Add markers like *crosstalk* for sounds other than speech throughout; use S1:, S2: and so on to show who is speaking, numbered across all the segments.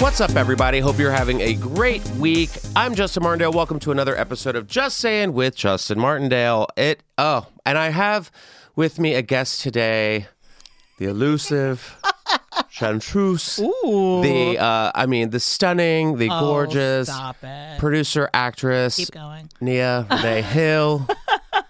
S1: What's up, everybody? Hope you're having a great week. I'm Justin Martindale. Welcome to another episode of Just Saying with Justin Martindale. It oh, and I have with me a guest today, the elusive
S2: *laughs*
S1: Chantreuse,
S2: Ooh.
S1: the uh, I mean, the stunning, the
S2: Oh,
S1: gorgeous
S2: Stop it.
S1: producer actress
S2: Keep going.
S1: Nia
S2: *laughs*
S1: Renee Hill.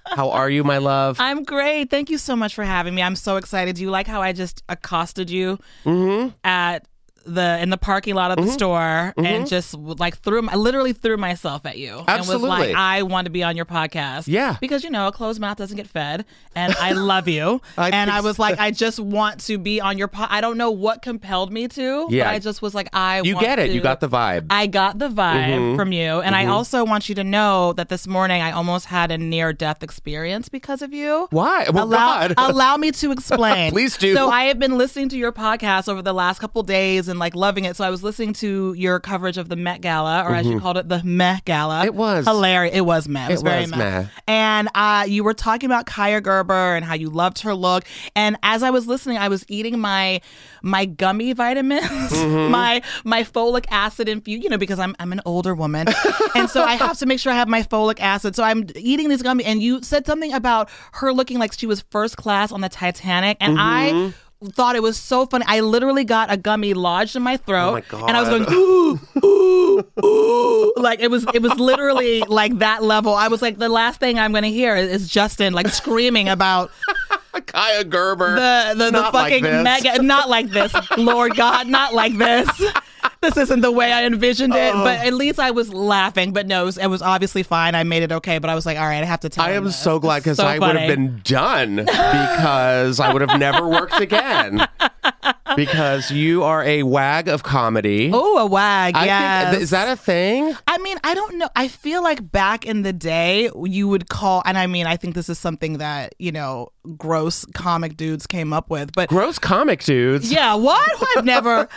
S1: How are you, my love?
S2: I'm great. Thank you so much for having me. I'm so excited. Do you like how I just accosted you
S1: Mm-hmm.
S2: at the in the parking lot of the store
S1: Mm-hmm.
S2: and just like threw I literally threw myself at you
S1: Absolutely.
S2: and was like, I want to be on your podcast.
S1: Yeah.
S2: Because you know, a closed mouth doesn't get fed. And I love you.
S1: *laughs* I
S2: and I
S1: think
S2: was like, I just want to be on your po I don't know what compelled me to,
S1: Yeah.
S2: but I just was like, I
S1: you
S2: want
S1: get it. You
S2: to-
S1: got the vibe.
S2: I got the vibe
S1: Mm-hmm.
S2: from you. And I also want you to know that this morning I almost had a near death experience because of you.
S1: Why? Oh,
S2: Allow,
S1: God. *laughs*
S2: allow me to explain.
S1: Please do.
S2: So I have been listening to your podcast over the last couple days and like loving it. So I was listening to your coverage of the Met Gala, or as you called it, the Met Gala.
S1: Mm-hmm. It was.
S2: hilarious. It was Met. It, was, very
S1: was
S2: Met.
S1: Met.
S2: And uh, you were talking about Kaya Gerber and how you loved her look. And as I was listening, I was eating my my gummy vitamins,
S1: Mm-hmm.
S2: my my folic acid infusion, you know, because I'm I'm an older woman, and so I have to make sure I have my folic acid. So I'm eating these gummy. And you said something about her looking like she was first class on the Titanic, and I.
S1: Mm-hmm.
S2: Thought it was so funny. I literally got a gummy lodged in my throat,
S1: Oh, my
S2: and I was
S1: God.
S2: going ooh, ooh,
S1: *laughs*
S2: ooh. Like it was, it was literally like that level. I was like, the last thing I'm going to hear is, is Justin like screaming about
S1: Kaya Gerber.
S2: the the, the
S1: Not like
S2: fucking
S1: this.
S2: mega. Not like this, Lord God, not like this. This isn't the way I envisioned it,
S1: Oh.
S2: but at least I was laughing. But no, it was, it was obviously fine. I made it okay, but I was like, all right, I have to tell.
S1: I
S2: him
S1: am
S2: this.
S1: so glad because
S2: *laughs* So
S1: I would have
S2: funny.
S1: been done because I would have never worked again.
S2: *laughs*
S1: Because you are a wag of comedy.
S2: Oh, a wag.
S1: I
S2: yes.
S1: think, is that a thing?
S2: I mean, I don't know. I feel like back in the day, you would call, and I mean, I think this is something that, you know, gross comic dudes came up with, but.
S1: Gross comic dudes.
S2: yeah, what? I've never.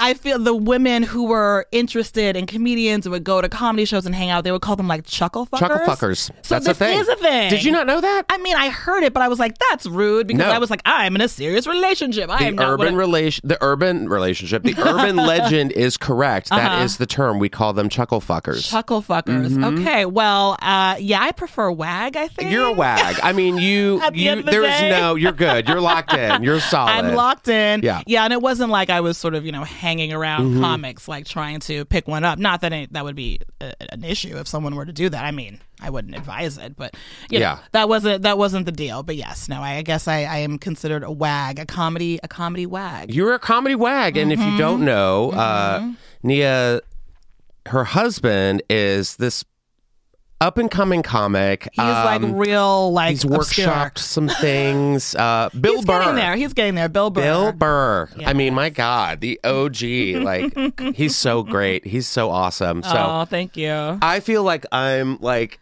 S2: I feel the women who were interested in comedians and would go to comedy shows and hang out, they would call them like chuckle fuckers.
S1: Chuckle fuckers.
S2: So
S1: That's
S2: this
S1: a thing.
S2: is a thing.
S1: Did you not know that?
S2: I mean, I heard it, but I was like, that's rude because
S1: No.
S2: I was like, I'm in a serious relationship. I am
S1: the
S2: not what
S1: urban
S2: I-
S1: relation, the urban relationship,
S2: *laughs*
S1: the urban legend is correct. That
S2: Uh-huh.
S1: is the term we call them chuckle fuckers.
S2: chuckle fuckers. Okay, well, uh, yeah, I prefer wag, I think.
S1: Mm-hmm. You're a wag. I mean, you.
S2: *laughs* At the
S1: you
S2: end of the
S1: there's
S2: day.
S1: no. You're good. You're locked in. You're solid.
S2: *laughs* I'm locked in.
S1: Yeah. Mm-hmm.
S2: Yeah. And it wasn't like I was sort of, you know, hanging around comics, like trying to pick one up. Not that it, that would be a, an issue if someone were to do that. I mean, I wouldn't advise it, but you know,
S1: Yeah.
S2: that wasn't, that wasn't the deal. But yes, no, I, I guess I, I am considered a wag, a comedy, a comedy wag.
S1: You're a comedy wag, and if you
S2: Mm-hmm.
S1: don't know, uh, Nia, her husband is this up and coming comic. Um,
S2: He's like real, like
S1: he's
S2: obscure.
S1: workshopped
S2: *laughs*
S1: some things. Uh, Bill
S2: He's
S1: Burr.
S2: getting there. He's getting there. Bill Burr.
S1: Bill Burr. I mean, my God, the OG.
S2: *laughs*
S1: Like, he's so great. He's so awesome. So
S2: Oh, thank you.
S1: I feel like I'm like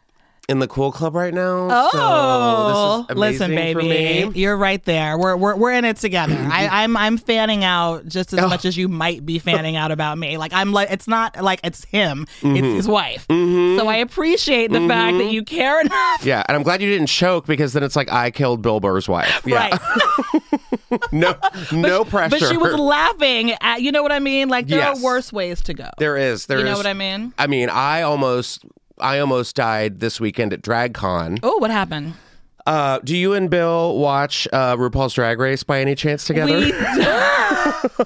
S1: in the cool club right now.
S2: Oh,
S1: so this is
S2: listen,
S1: amazing for
S2: baby,
S1: me.
S2: you're right there. We're we're, we're in it
S1: *clears throat*
S2: together. I, I'm I'm fanning out just as
S1: Oh.
S2: much as you might be fanning out about me. Like I'm like it's not like it's him,
S1: Mm-hmm.
S2: it's his wife. So I appreciate the fact that you care enough.
S1: Yeah, and I'm glad you didn't choke because then it's like I killed Bill Burr's wife. *laughs* Yeah.
S2: Right,
S1: No, no pressure.
S2: *laughs* but she was laughing at you know what I mean. Like there
S1: Yes.
S2: are worse ways to go.
S1: There is. There is.
S2: you know what I mean?
S1: I mean, I almost, I almost died this weekend at DragCon.
S2: Oh, what happened?
S1: Uh, do you and Bill watch uh, RuPaul's Drag Race by any chance together
S2: We
S1: at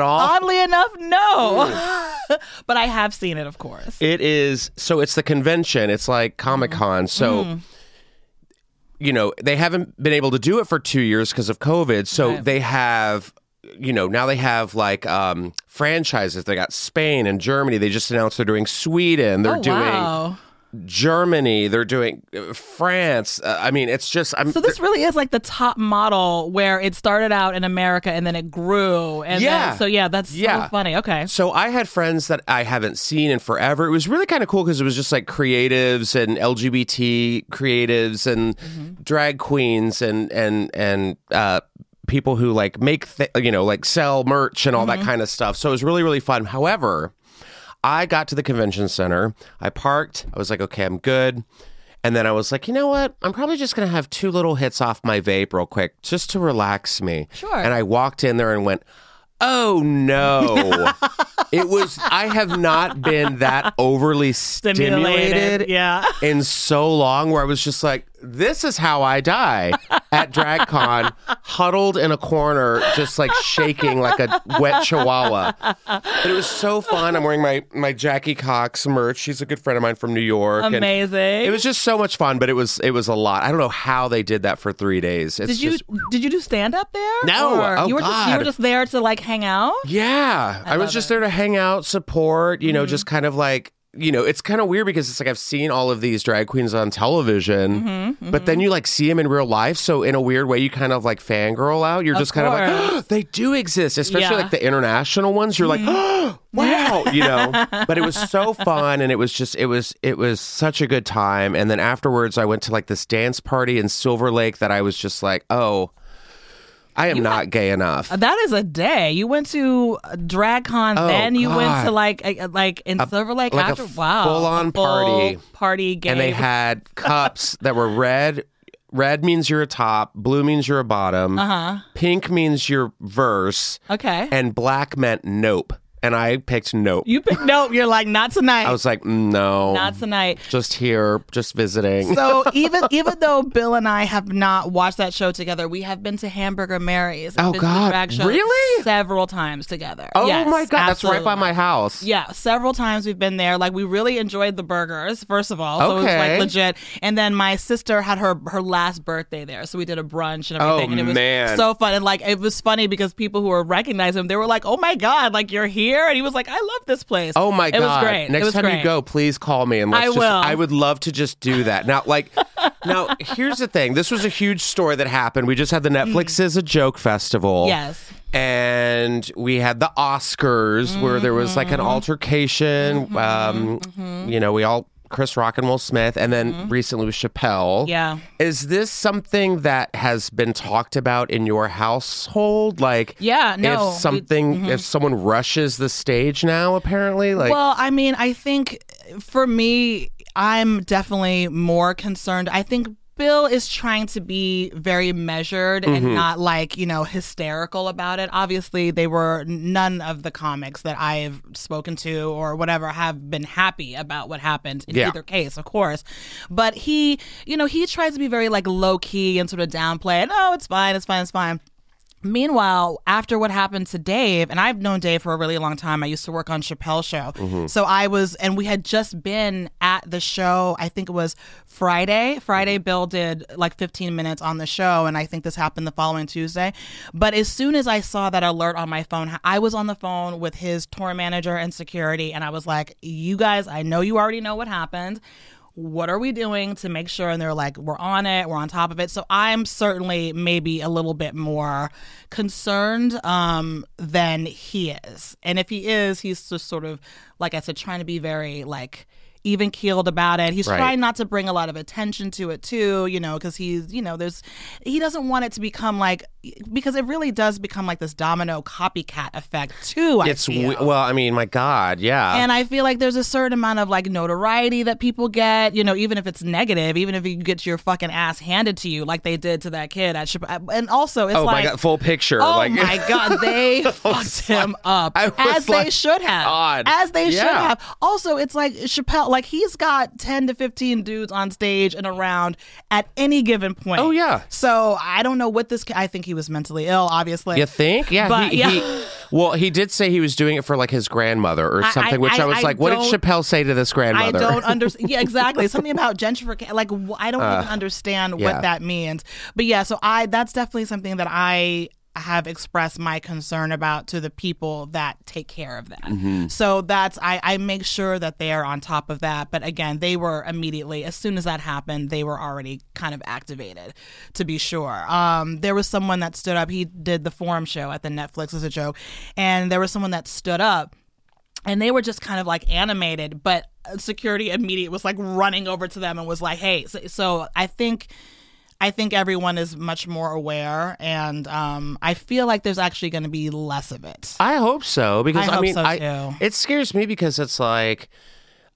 S1: all?
S2: *laughs* oddly enough, no. *laughs* but I have seen it, of course.
S1: it is. So it's the convention. It's like
S2: Oh.
S1: Comic Con.
S2: Mm-hmm.
S1: So. You know, they haven't been able to do it for two years because of COVID. So they have, you know, now they have like um, franchises. They got Spain and Germany. They just announced they're doing Sweden. They're
S2: oh,
S1: doing
S2: wow.
S1: Germany. They're doing uh, France. Uh, I mean, it's just I'm
S2: So this really is like the top model where it started out in America and then it grew. And
S1: Yeah.
S2: Then, so yeah, that's
S1: Yeah.
S2: so funny. Okay.
S1: So I had friends that I haven't seen in forever. It was really kind of cool because it was just like creatives and LGBT creatives and
S2: Mm-hmm.
S1: drag queens and and and uh, people who like make th- you know like sell merch and all that
S2: Mm-hmm.
S1: kind of stuff. So it was really really fun. However, I got to the convention center. I parked. I was like, okay, I'm good. And then I was like, you know what? I'm probably just going to have two little hits off my vape real quick just to relax me.
S2: Sure.
S1: And I walked in there and went, Oh
S2: *laughs*
S1: no. it was I have not been that overly stimulated,
S2: Yeah.
S1: in so long where I was just like, this is how I die at DragCon, huddled in a corner, just like shaking like a wet chihuahua. But it was so fun. I'm wearing my my Jackie Cox merch. She's a good friend of mine from New York. and
S2: Amazing.
S1: It was just so much fun, but it was it was a lot. I don't know how they did that for three days. It's
S2: did you
S1: just-
S2: did you do stand up there?
S1: No.
S2: Or
S1: Oh,
S2: you were just you were
S1: God.
S2: just there to like hang out.
S1: Yeah. I, was just there to hang out, support, you know, just kind of like, you know, it's kind of weird because it's like I've seen all of these drag queens on television, but then you like see them in real life. So, in a weird way, you kind of like fangirl out. You're just kind of like, *gasps*
S2: course.
S1: they do exist, especially
S2: Yeah.
S1: like the international ones. You're like, *gasps* wow, you know. But it was so fun and it was just, it was, it was such a good time. And then afterwards, I went to like this dance party in Silver Lake that I was just like, oh, I am not gay enough.
S2: That is a day. You went to DragCon, then you went
S1: Oh, God.
S2: to like a, like in Silver Lake
S1: like a
S2: after. wow,
S1: full-on
S2: A full
S1: party.
S2: party game.
S1: and they had cups that were red. Red means you're a top, blue means you're a bottom, uh-huh. pink means you're verse,
S2: okay.
S1: and black meant nope. And I picked nope.
S2: you picked nope. You're like not tonight.
S1: I was like, no,
S2: not tonight.
S1: just here, just visiting.
S2: So even even though Bill and I have not watched that show together, we have been to Hamburger Mary's. and
S1: Oh,
S2: been to the
S1: God.
S2: drag show
S1: Really?
S2: Several times together.
S1: oh
S2: Yes,
S1: my god, that's right by
S2: absolutely.
S1: my house.
S2: Yeah, several times we've been there. Like we really enjoyed the burgers, first of all. So it was
S1: Okay.
S2: like legit. And then my sister had her her last birthday there, so we did a brunch and
S1: Oh,
S2: everything. and it was
S1: man.
S2: so fun. And like it was funny because people who were recognizing him, they were like, "Oh my god, like you're here!" And he was like, "I love this place."
S1: Oh my
S2: it
S1: god!
S2: was great.
S1: Next
S2: it was
S1: time
S2: great.
S1: you go, please call me and let's
S2: I
S1: just.
S2: will.
S1: I would love to just do that now.
S2: *laughs*
S1: Like, now here's the thing. This was a huge story that happened. We just had the Netflix is a joke festival.
S2: Mm. Yes.
S1: and we had the Oscars where there was like an
S2: Mm-hmm.
S1: altercation. Um, You know, we all Chris Rock and Will Smith, and then recently with Chappelle.
S2: Mm-hmm. Yeah.
S1: is this something that has been talked about in your household? Like,
S2: Yeah, no,
S1: if
S2: we-
S1: something, if someone rushes the stage now, apparently, like.
S2: well, I mean, I think for me, I'm definitely more concerned. I think Bill is trying to be very measured
S1: Mm-hmm.
S2: and not like, you know, hysterical about it. Obviously, they were none of the comics that I've spoken to or whatever have been happy about what happened in
S1: Yeah.
S2: either case, of course. But he, you know, he tries to be very like low key and sort of downplay it. Oh, it's fine, it's fine, it's fine. Meanwhile, after what happened to Dave, and I've known Dave for a really long time. I used to work on Chappelle's show. So I was, and we had just been at the show, I think it was Friday. Friday, Bill did like 15 minutes on the show, and I think this happened the following Tuesday. But as soon as I saw that alert on my phone, I was on the phone with his tour manager and security, and I was like, You guys, I know you already know what happened what are we doing to make sure and they're like we're on it we're on top of it so i'm certainly maybe a little bit more concerned um than he is and if he is he's just sort of like i said trying to be very like even keeled about it he's
S1: Right.
S2: trying not to bring a lot of attention to it too you know because he's you know there's he doesn't want it to become like because it really does become like this domino copycat effect too I
S1: it's
S2: feel.
S1: we- well, I mean, my God, yeah.
S2: And I feel like there's a certain amount of like notoriety that people get, you know, even if it's negative, even if you get your fucking ass handed to you, like they did to that kid at Chapp- And also, it's
S1: oh
S2: like,
S1: my God, full picture.
S2: oh
S1: like, *laughs*
S2: my god, they fucked him up
S1: I was
S2: as
S1: like,
S2: they should have,
S1: God.
S2: as they should
S1: Yeah.
S2: have. Also, it's like Chappelle, like he's got ten to fifteen dudes on stage and around at any given point.
S1: Oh, yeah.
S2: So I don't know what this. ki- I think he was mentally ill, obviously.
S1: You think? Yeah.
S2: But-
S1: he,
S2: yeah.
S1: He, well, he did say he was doing it for like his grandmother or
S2: I-
S1: something, which I,
S2: I-
S1: was
S2: I
S1: like, what did
S2: don't-
S1: Chappelle say to this
S2: I
S1: grandmother?
S2: don't understand. Yeah, exactly. Something about gentrification. Like wh- I don't even understand
S1: yeah.
S2: what that means. But yeah, so I that's definitely something that I have expressed my concern about to the people that take care of that. So that's I, I make sure that they are on top of that. But again, they were immediately as soon as that happened, they were already kind of activated. To be sure, um, there was someone that stood up. He did the forum show at the Netflix as a joke, and there was someone that stood up and they were just kind of like animated but security immediate was like running over to them and was like hey so, so i think i think everyone is much more aware and um, i feel like there's actually going to be less of it
S1: I hope so because
S2: I
S1: I,
S2: hope
S1: mean,
S2: so,
S1: I,
S2: too.
S1: it scares me because it's like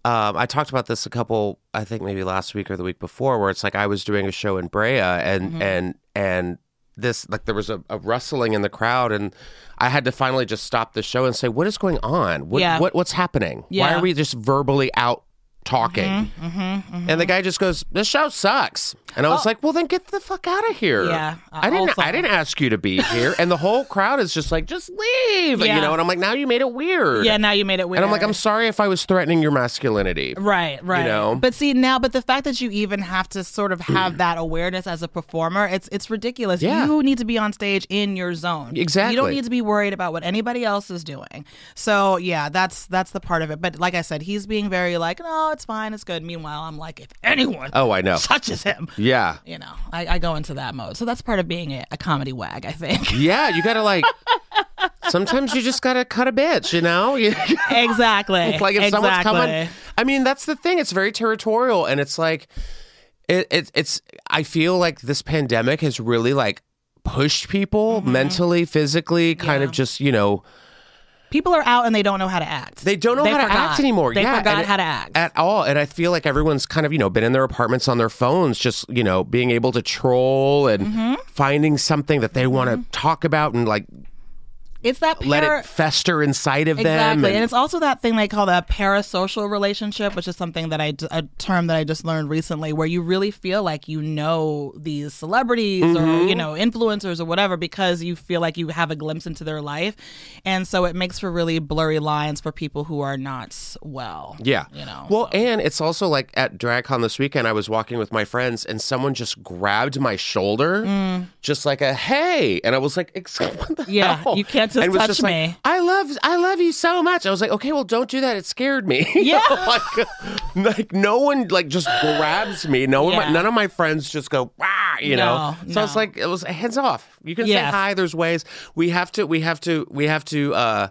S1: um, I talked about this a couple,
S2: Mm-hmm.
S1: I think maybe last week or the week before, where it's like I was doing a show in Brea and and and this like there was a, a rustling in the crowd and I had to finally just stop the show and say, What is going on? What
S2: Yeah.
S1: what what's happening? Why
S2: Yeah. Mm-hmm,
S1: are we just verbally out talking? And the guy just goes, This show sucks. And I was like, Well then get the fuck out of here.
S2: Oh. Yeah,
S1: I didn't
S2: also-
S1: I didn't ask you to be here. and the whole crowd is just like, just leave.
S2: Yeah.
S1: You know, and I'm like, now you made it weird.
S2: Yeah, now you made it weird.
S1: And I'm like, I'm sorry if I was threatening your masculinity.
S2: Right, right.
S1: know? Mm.
S2: But see now, but the fact that you even have to sort of have that awareness as a performer, it's it's ridiculous.
S1: Yeah.
S2: You need to be on stage in your zone. You don't
S1: Exactly.
S2: need to be worried about what anybody else is doing. So yeah, that's that's the part of it. But like I said, he's being very like, no, it's fine, it's good. Meanwhile, I'm like, if anyone
S1: Oh, I know.
S2: touches him,
S1: Yeah.
S2: you know, I, I go into that mode. So that's part of being a, a comedy wag, I think. *laughs*
S1: Yeah, you gotta like. sometimes you just gotta cut a bitch, you know. *laughs* You-
S2: exactly.
S1: like if
S2: exactly.
S1: someone's coming, I mean that's the thing. It's very territorial, and it's like, it, it it's. I feel like this pandemic has really like pushed people
S2: Mm-hmm.
S1: mentally, physically, kind of just you know
S2: People are out and they don't know how to act.
S1: they don't know how to
S2: forgot.
S1: act anymore.
S2: They
S1: yeah,
S2: forgot
S1: and-
S2: how to act.
S1: at all. And I feel like everyone's kind of, you know, been in their apartments on their phones, just, you know, being able to troll and
S2: Mm-hmm.
S1: finding something that they want to talk about and like
S2: it's that par-
S1: let it fester inside of them.
S2: Exactly. And, it's also that thing they call the parasocial relationship, which is something that I, d- a term that I just learned recently, where you really feel like you know these celebrities or, you know, influencers or whatever because you feel like you have a glimpse into their life. And so it makes for really blurry lines for people who are not well.
S1: yeah.
S2: You know.
S1: well, and it's also like at DragCon this weekend, I was walking with my friends and someone just grabbed my shoulder, just like a hey. And I was like, "Ex- *laughs* what the
S2: Mm. Yeah,
S1: hell?"
S2: you can't just
S1: and was
S2: touch
S1: just like,
S2: me.
S1: I love I love you so much. I was like, okay, well, don't do that. It scared me. *laughs*
S2: Yeah.
S1: like, like no one like just grabs me. No one,
S2: Yeah.
S1: none of my friends just go ah, you know.
S2: No,
S1: So it's
S2: no.
S1: like it was hands off. You can say
S2: Yes.
S1: hi. There's ways. We have to. We have to. We have to. uh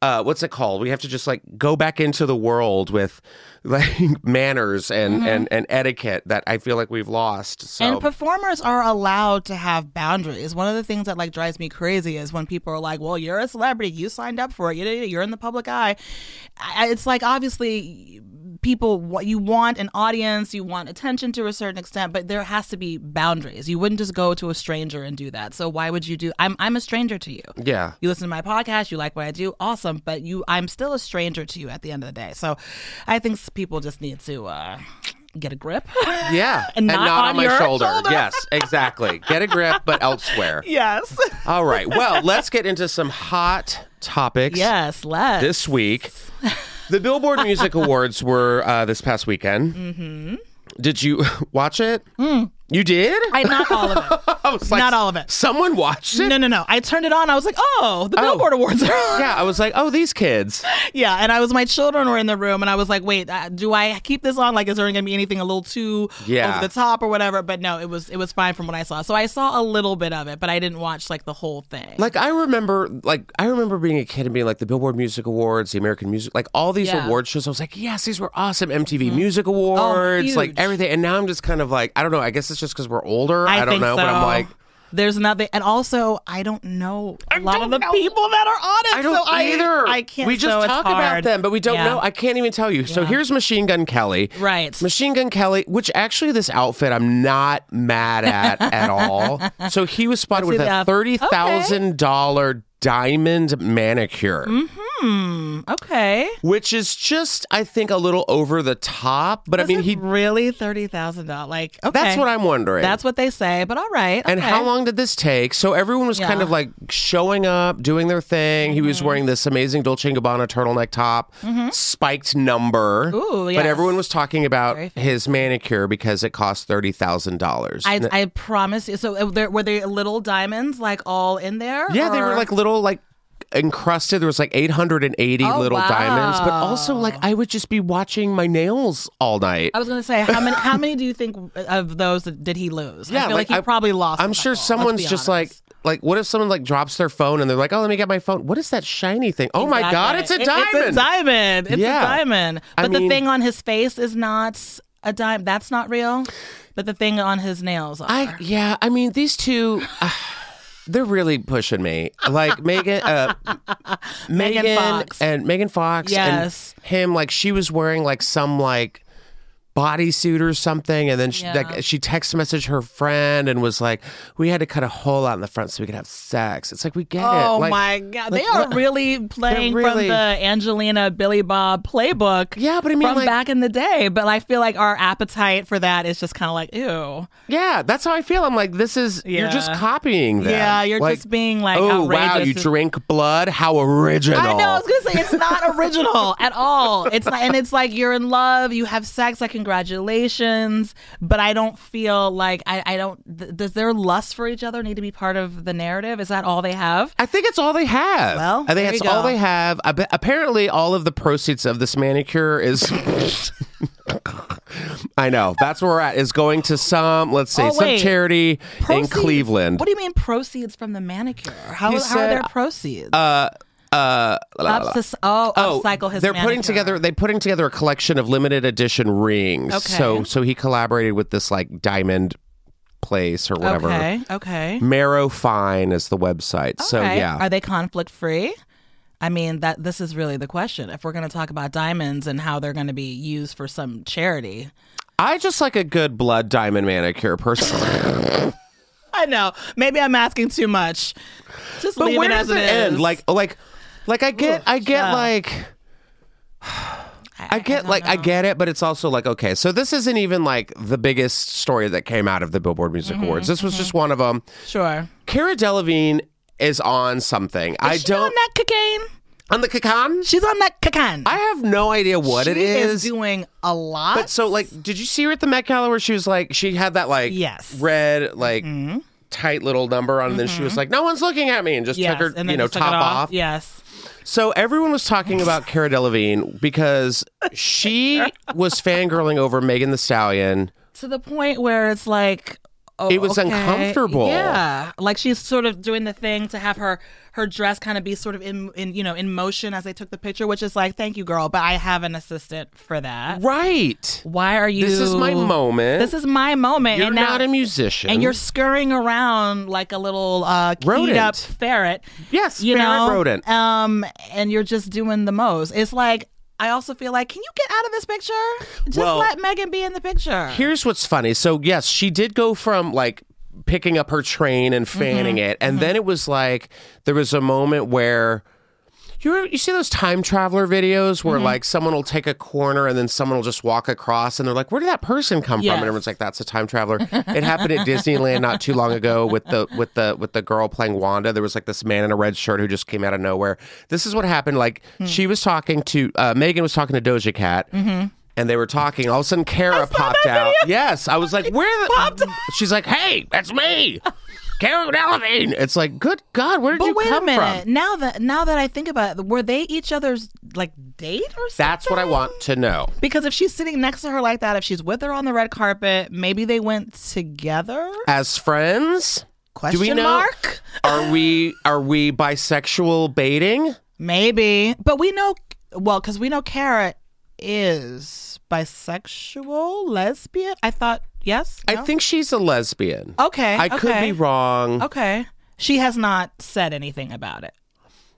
S1: uh, what's it called? We have to just like go back into the world with *laughs* like manners and, and, and etiquette that I feel like we've lost. So
S2: Mm-hmm. And performers are allowed to have boundaries. One of the things that like drives me crazy is when people are like, "Well, you're a celebrity. You signed up for it. You- you- You're in the public eye." I- It's like obviously people what you want an audience, you want attention to a certain extent, but there has to be boundaries. You wouldn't just go to a stranger and do that. So why would you do I'm I'm a stranger to you. *laughs*
S1: yeah,
S2: You listen to my podcast, you like what I do, awesome, but you I'm still a stranger to you at the end of the day. So I think s- people just need to uh get a grip.
S1: yeah,
S2: And not on
S1: my
S2: your
S1: shoulder.
S2: shoulder.
S1: Yes, exactly. Get a grip, but
S2: *laughs*
S1: elsewhere.
S2: yes.
S1: All right. Well, let's get into some hot topics
S2: Yes, let's.
S1: this week. The Billboard
S2: *laughs*
S1: Music Awards were uh, this past weekend. Mm-hmm. Did you *laughs* watch it? You did?
S2: Mm. I not all of it.
S1: *laughs* I was like,
S2: not all of it.
S1: Someone watched
S2: *laughs*
S1: it?
S2: No, no, no. I turned it on. I was like, oh, the Billboard Awards are on.
S1: Yeah, I was like, oh, these kids.
S2: *laughs* Yeah, and I was my children were in the room, and I was like, wait, uh, do I keep this on? Like, is there going to be anything a little too
S1: Yeah.
S2: over the top or whatever? But no, it was it was fine from what I saw. So I saw a little bit of it, but I didn't watch like the whole thing.
S1: Like I remember, like I remember being a kid and being like the Billboard Music Awards, the American Music, like all these
S2: Yeah. Mm-hmm. Oh,
S1: award shows. I was like, yes, these were awesome. MTV Music Awards, like
S2: huge.
S1: everything. And now I'm just kind of like, I don't know. I guess it's just because we're older.
S2: I,
S1: I, don't
S2: think
S1: know,
S2: so.
S1: but I'm like,
S2: There's nothing, and also I don't know a lot of
S1: don't
S2: the
S1: know.
S2: people that are on it.
S1: I don't
S2: so I-
S1: either.
S2: I, can't.
S1: We just
S2: so it's
S1: talk about
S2: hard.
S1: them, but we don't
S2: Yeah.
S1: know. I can't even tell you. So here's Machine Gun Kelly.
S2: Right.
S1: Machine Gun Kelly, which actually this outfit I'm not mad
S2: *laughs*
S1: at at all. So he was spotted with
S2: see the
S1: a
S2: outfit.
S1: thirty thousand dollar diamond manicure.
S2: Hmm, okay.
S1: which is just I think a little over the top. But I
S2: Was
S1: mean,
S2: it
S1: he
S2: really thirty thousand dollars. Like, okay,
S1: that's what I'm wondering.
S2: That's what they say, but all right.
S1: and
S2: okay.
S1: how long did this take? So everyone was kind
S2: Yeah. Mm-hmm.
S1: of like showing up, doing their thing. He was wearing this amazing Dolce & Gabbana turtleneck top, spiked number.
S2: Ooh,
S1: But
S2: yes.
S1: everyone was talking
S2: Very
S1: about
S2: fancy.
S1: his manicure because it cost thirty thousand dollars.
S2: I, I promise you. So uh, there, were there little diamonds like all in there?
S1: Yeah, they were
S2: or-
S1: like little like encrusted. There was like 880
S2: Oh,
S1: little diamonds, but
S2: wow.
S1: also like I would just be watching my nails all night.
S2: I was gonna say how many? How
S1: *laughs*
S2: many do you think of those that- did he lose? I feel like, he
S1: I-
S2: probably lost.
S1: I'm
S2: a
S1: sure
S2: couple, let's
S1: someone's
S2: be
S1: just like,
S2: honest.
S1: like, what if someone like drops their phone and they're like, oh, let me get my phone. What is that shiny thing? Oh my god, it's
S2: Exactly.
S1: a diamond.
S2: It- It's a diamond. It's
S1: Yeah.
S2: a diamond.
S1: I
S2: But the
S1: mean-
S2: thing on his face is not a dime. That's not real. But the thing on his nails are.
S1: I yeah, I mean these two. ah, They're really pushing me. Like Megan, uh, Megan,
S2: *laughs* Megan Fox.
S1: and Megan Fox,
S2: Yes.
S1: and him. Like she was wearing like some like bodysuit or something. And then she,
S2: Yeah.
S1: like, she text messaged her friend and was like, "We had to cut a hole out in the front so we could have sex." It's like we get it.
S2: Oh
S1: Like,
S2: my God!
S1: like,
S2: they are
S1: what-
S2: really playing
S1: really-
S2: from the Angelina Billy Bob playbook.
S1: Yeah, but I mean,
S2: from
S1: like-
S2: back in the day. But I feel like our appetite for that is just kind of like, ew.
S1: Yeah, that's how I feel. I'm like, this is you're just
S2: Yeah.
S1: copying them.
S2: Yeah, you're
S1: Like,
S2: just being like,
S1: oh wow,
S2: outrageous
S1: you
S2: and-
S1: drink blood? How original!
S2: I know. I was gonna say it's
S1: *laughs*
S2: not original at all. It's not, and it's like you're in love, you have sex, like congratulations. But I don't feel like I, I don't. Th- does their lust for each other need to be part of the narrative? Is that all they have?
S1: I think it's all they have.
S2: Well,
S1: I think
S2: there
S1: it's
S2: you
S1: all
S2: go.
S1: they have. I be- apparently, all of the proceeds of this manicure is. *laughs* I know that's where we're at. Is going to some let's say
S2: Oh,
S1: some
S2: wait.
S1: charity in
S2: Proceeds-
S1: Cleveland.
S2: What do you mean proceeds from the manicure? How,
S1: He
S2: how
S1: said,
S2: are their proceeds?
S1: uh, la, la, la, la.
S2: Upsys- oh,
S1: Oh,
S2: upcycle his.
S1: they're putting
S2: manicure.
S1: together they're putting together a collection of limited edition rings.
S2: Okay.
S1: So so he collaborated with this like diamond place or whatever.
S2: Okay. Okay.
S1: Marrow Fine is the website. So
S2: Okay.
S1: yeah.
S2: Are they conflict free? I mean that this is really the question. If we're going to talk about diamonds and how they're going to be used for some charity,
S1: I just like a good blood diamond manicure
S2: *laughs*
S1: personally.
S2: I know. Maybe I'm asking too much. Just
S1: but
S2: leave
S1: where
S2: it
S1: does
S2: as
S1: it,
S2: it
S1: end?
S2: is.
S1: Like like like I get I get
S2: yeah.
S1: like I get
S2: don't
S1: like I
S2: know.
S1: get it, but it's also like okay, so this isn't even like the biggest story that came out of the Billboard Music
S2: Mm-hmm,
S1: Awards. This was just one of them.
S2: sure.
S1: Cara Delevingne is on something. I
S2: She's
S1: don't
S2: on that cocaine.
S1: on the Kakan.
S2: She's on that cocaine.
S1: I have no idea what it
S2: she
S1: is.
S2: is doing a lot.
S1: but so like, did you see her at the Met Gala where she was like, she had that like
S2: Yes. Mm-hmm.
S1: red like tight little number on, and then she was like, no one's looking at me, and just took
S2: yes,
S1: her
S2: and
S1: you
S2: then
S1: know
S2: just took it
S1: top off.
S2: Yes.
S1: So everyone was talking
S2: *laughs*
S1: about Cara Delevingne because she was fangirling over Megan the Stallion.
S2: To the point where it's like oh,
S1: It was
S2: okay.
S1: uncomfortable.
S2: Yeah, like she's sort of doing the thing to have her her dress kind of be sort of in in you know in motion as they took the picture, which is like, thank you, girl, but I have an assistant for that.
S1: Right.
S2: Why are you?
S1: This is my moment.
S2: This is my moment.
S1: You're
S2: and now,
S1: not a musician.
S2: and you're scurrying around like a little uh, keyed
S1: Rodent.
S2: up ferret.
S1: Yes,
S2: you
S1: ferret
S2: know,
S1: rodent.
S2: Um, and you're just doing the most. It's like I also feel like, can you get out of this picture? Just
S1: Well,
S2: let Megan be in the picture.
S1: Here's what's funny. So yes, she did go from like picking up her train and fanning it, and then it was like there was a moment where you re- you see those time traveler videos where like someone will take a corner and then someone will just walk across, and they're like, "Where did that person come from?"
S2: Yes.
S1: And everyone's like, "That's a time traveler." it happened at Disneyland not too long ago with the with the with the girl playing Wanda. There was like this man in a red shirt who just came out of nowhere. This is what happened. Like she was talking to uh, Megan was talking to Doja Cat. And they were talking. All of a sudden, Kara popped out. Yes, I was like, "Where?" The-? She's like, "Hey, that's me, Kara Delevingne." It's like, "Good God, where did
S2: But
S1: you
S2: wait
S1: come
S2: a minute.
S1: from?"
S2: Now that now that I think about it, were they each other's like date or something?
S1: That's what I want to know.
S2: Because if she's sitting next to her like that, if she's with her on the red carpet, maybe they went together?
S1: As friends,
S2: Question
S1: know?
S2: mark?
S1: are we are we bisexual baiting?
S2: Maybe. But we know, well, because we know Carrot is bisexual, lesbian. I thought, yes?
S1: I
S2: No?
S1: think she's a lesbian.
S2: Okay.
S1: I
S2: okay, Oh.
S1: could be wrong.
S2: Okay. She has not said anything about it.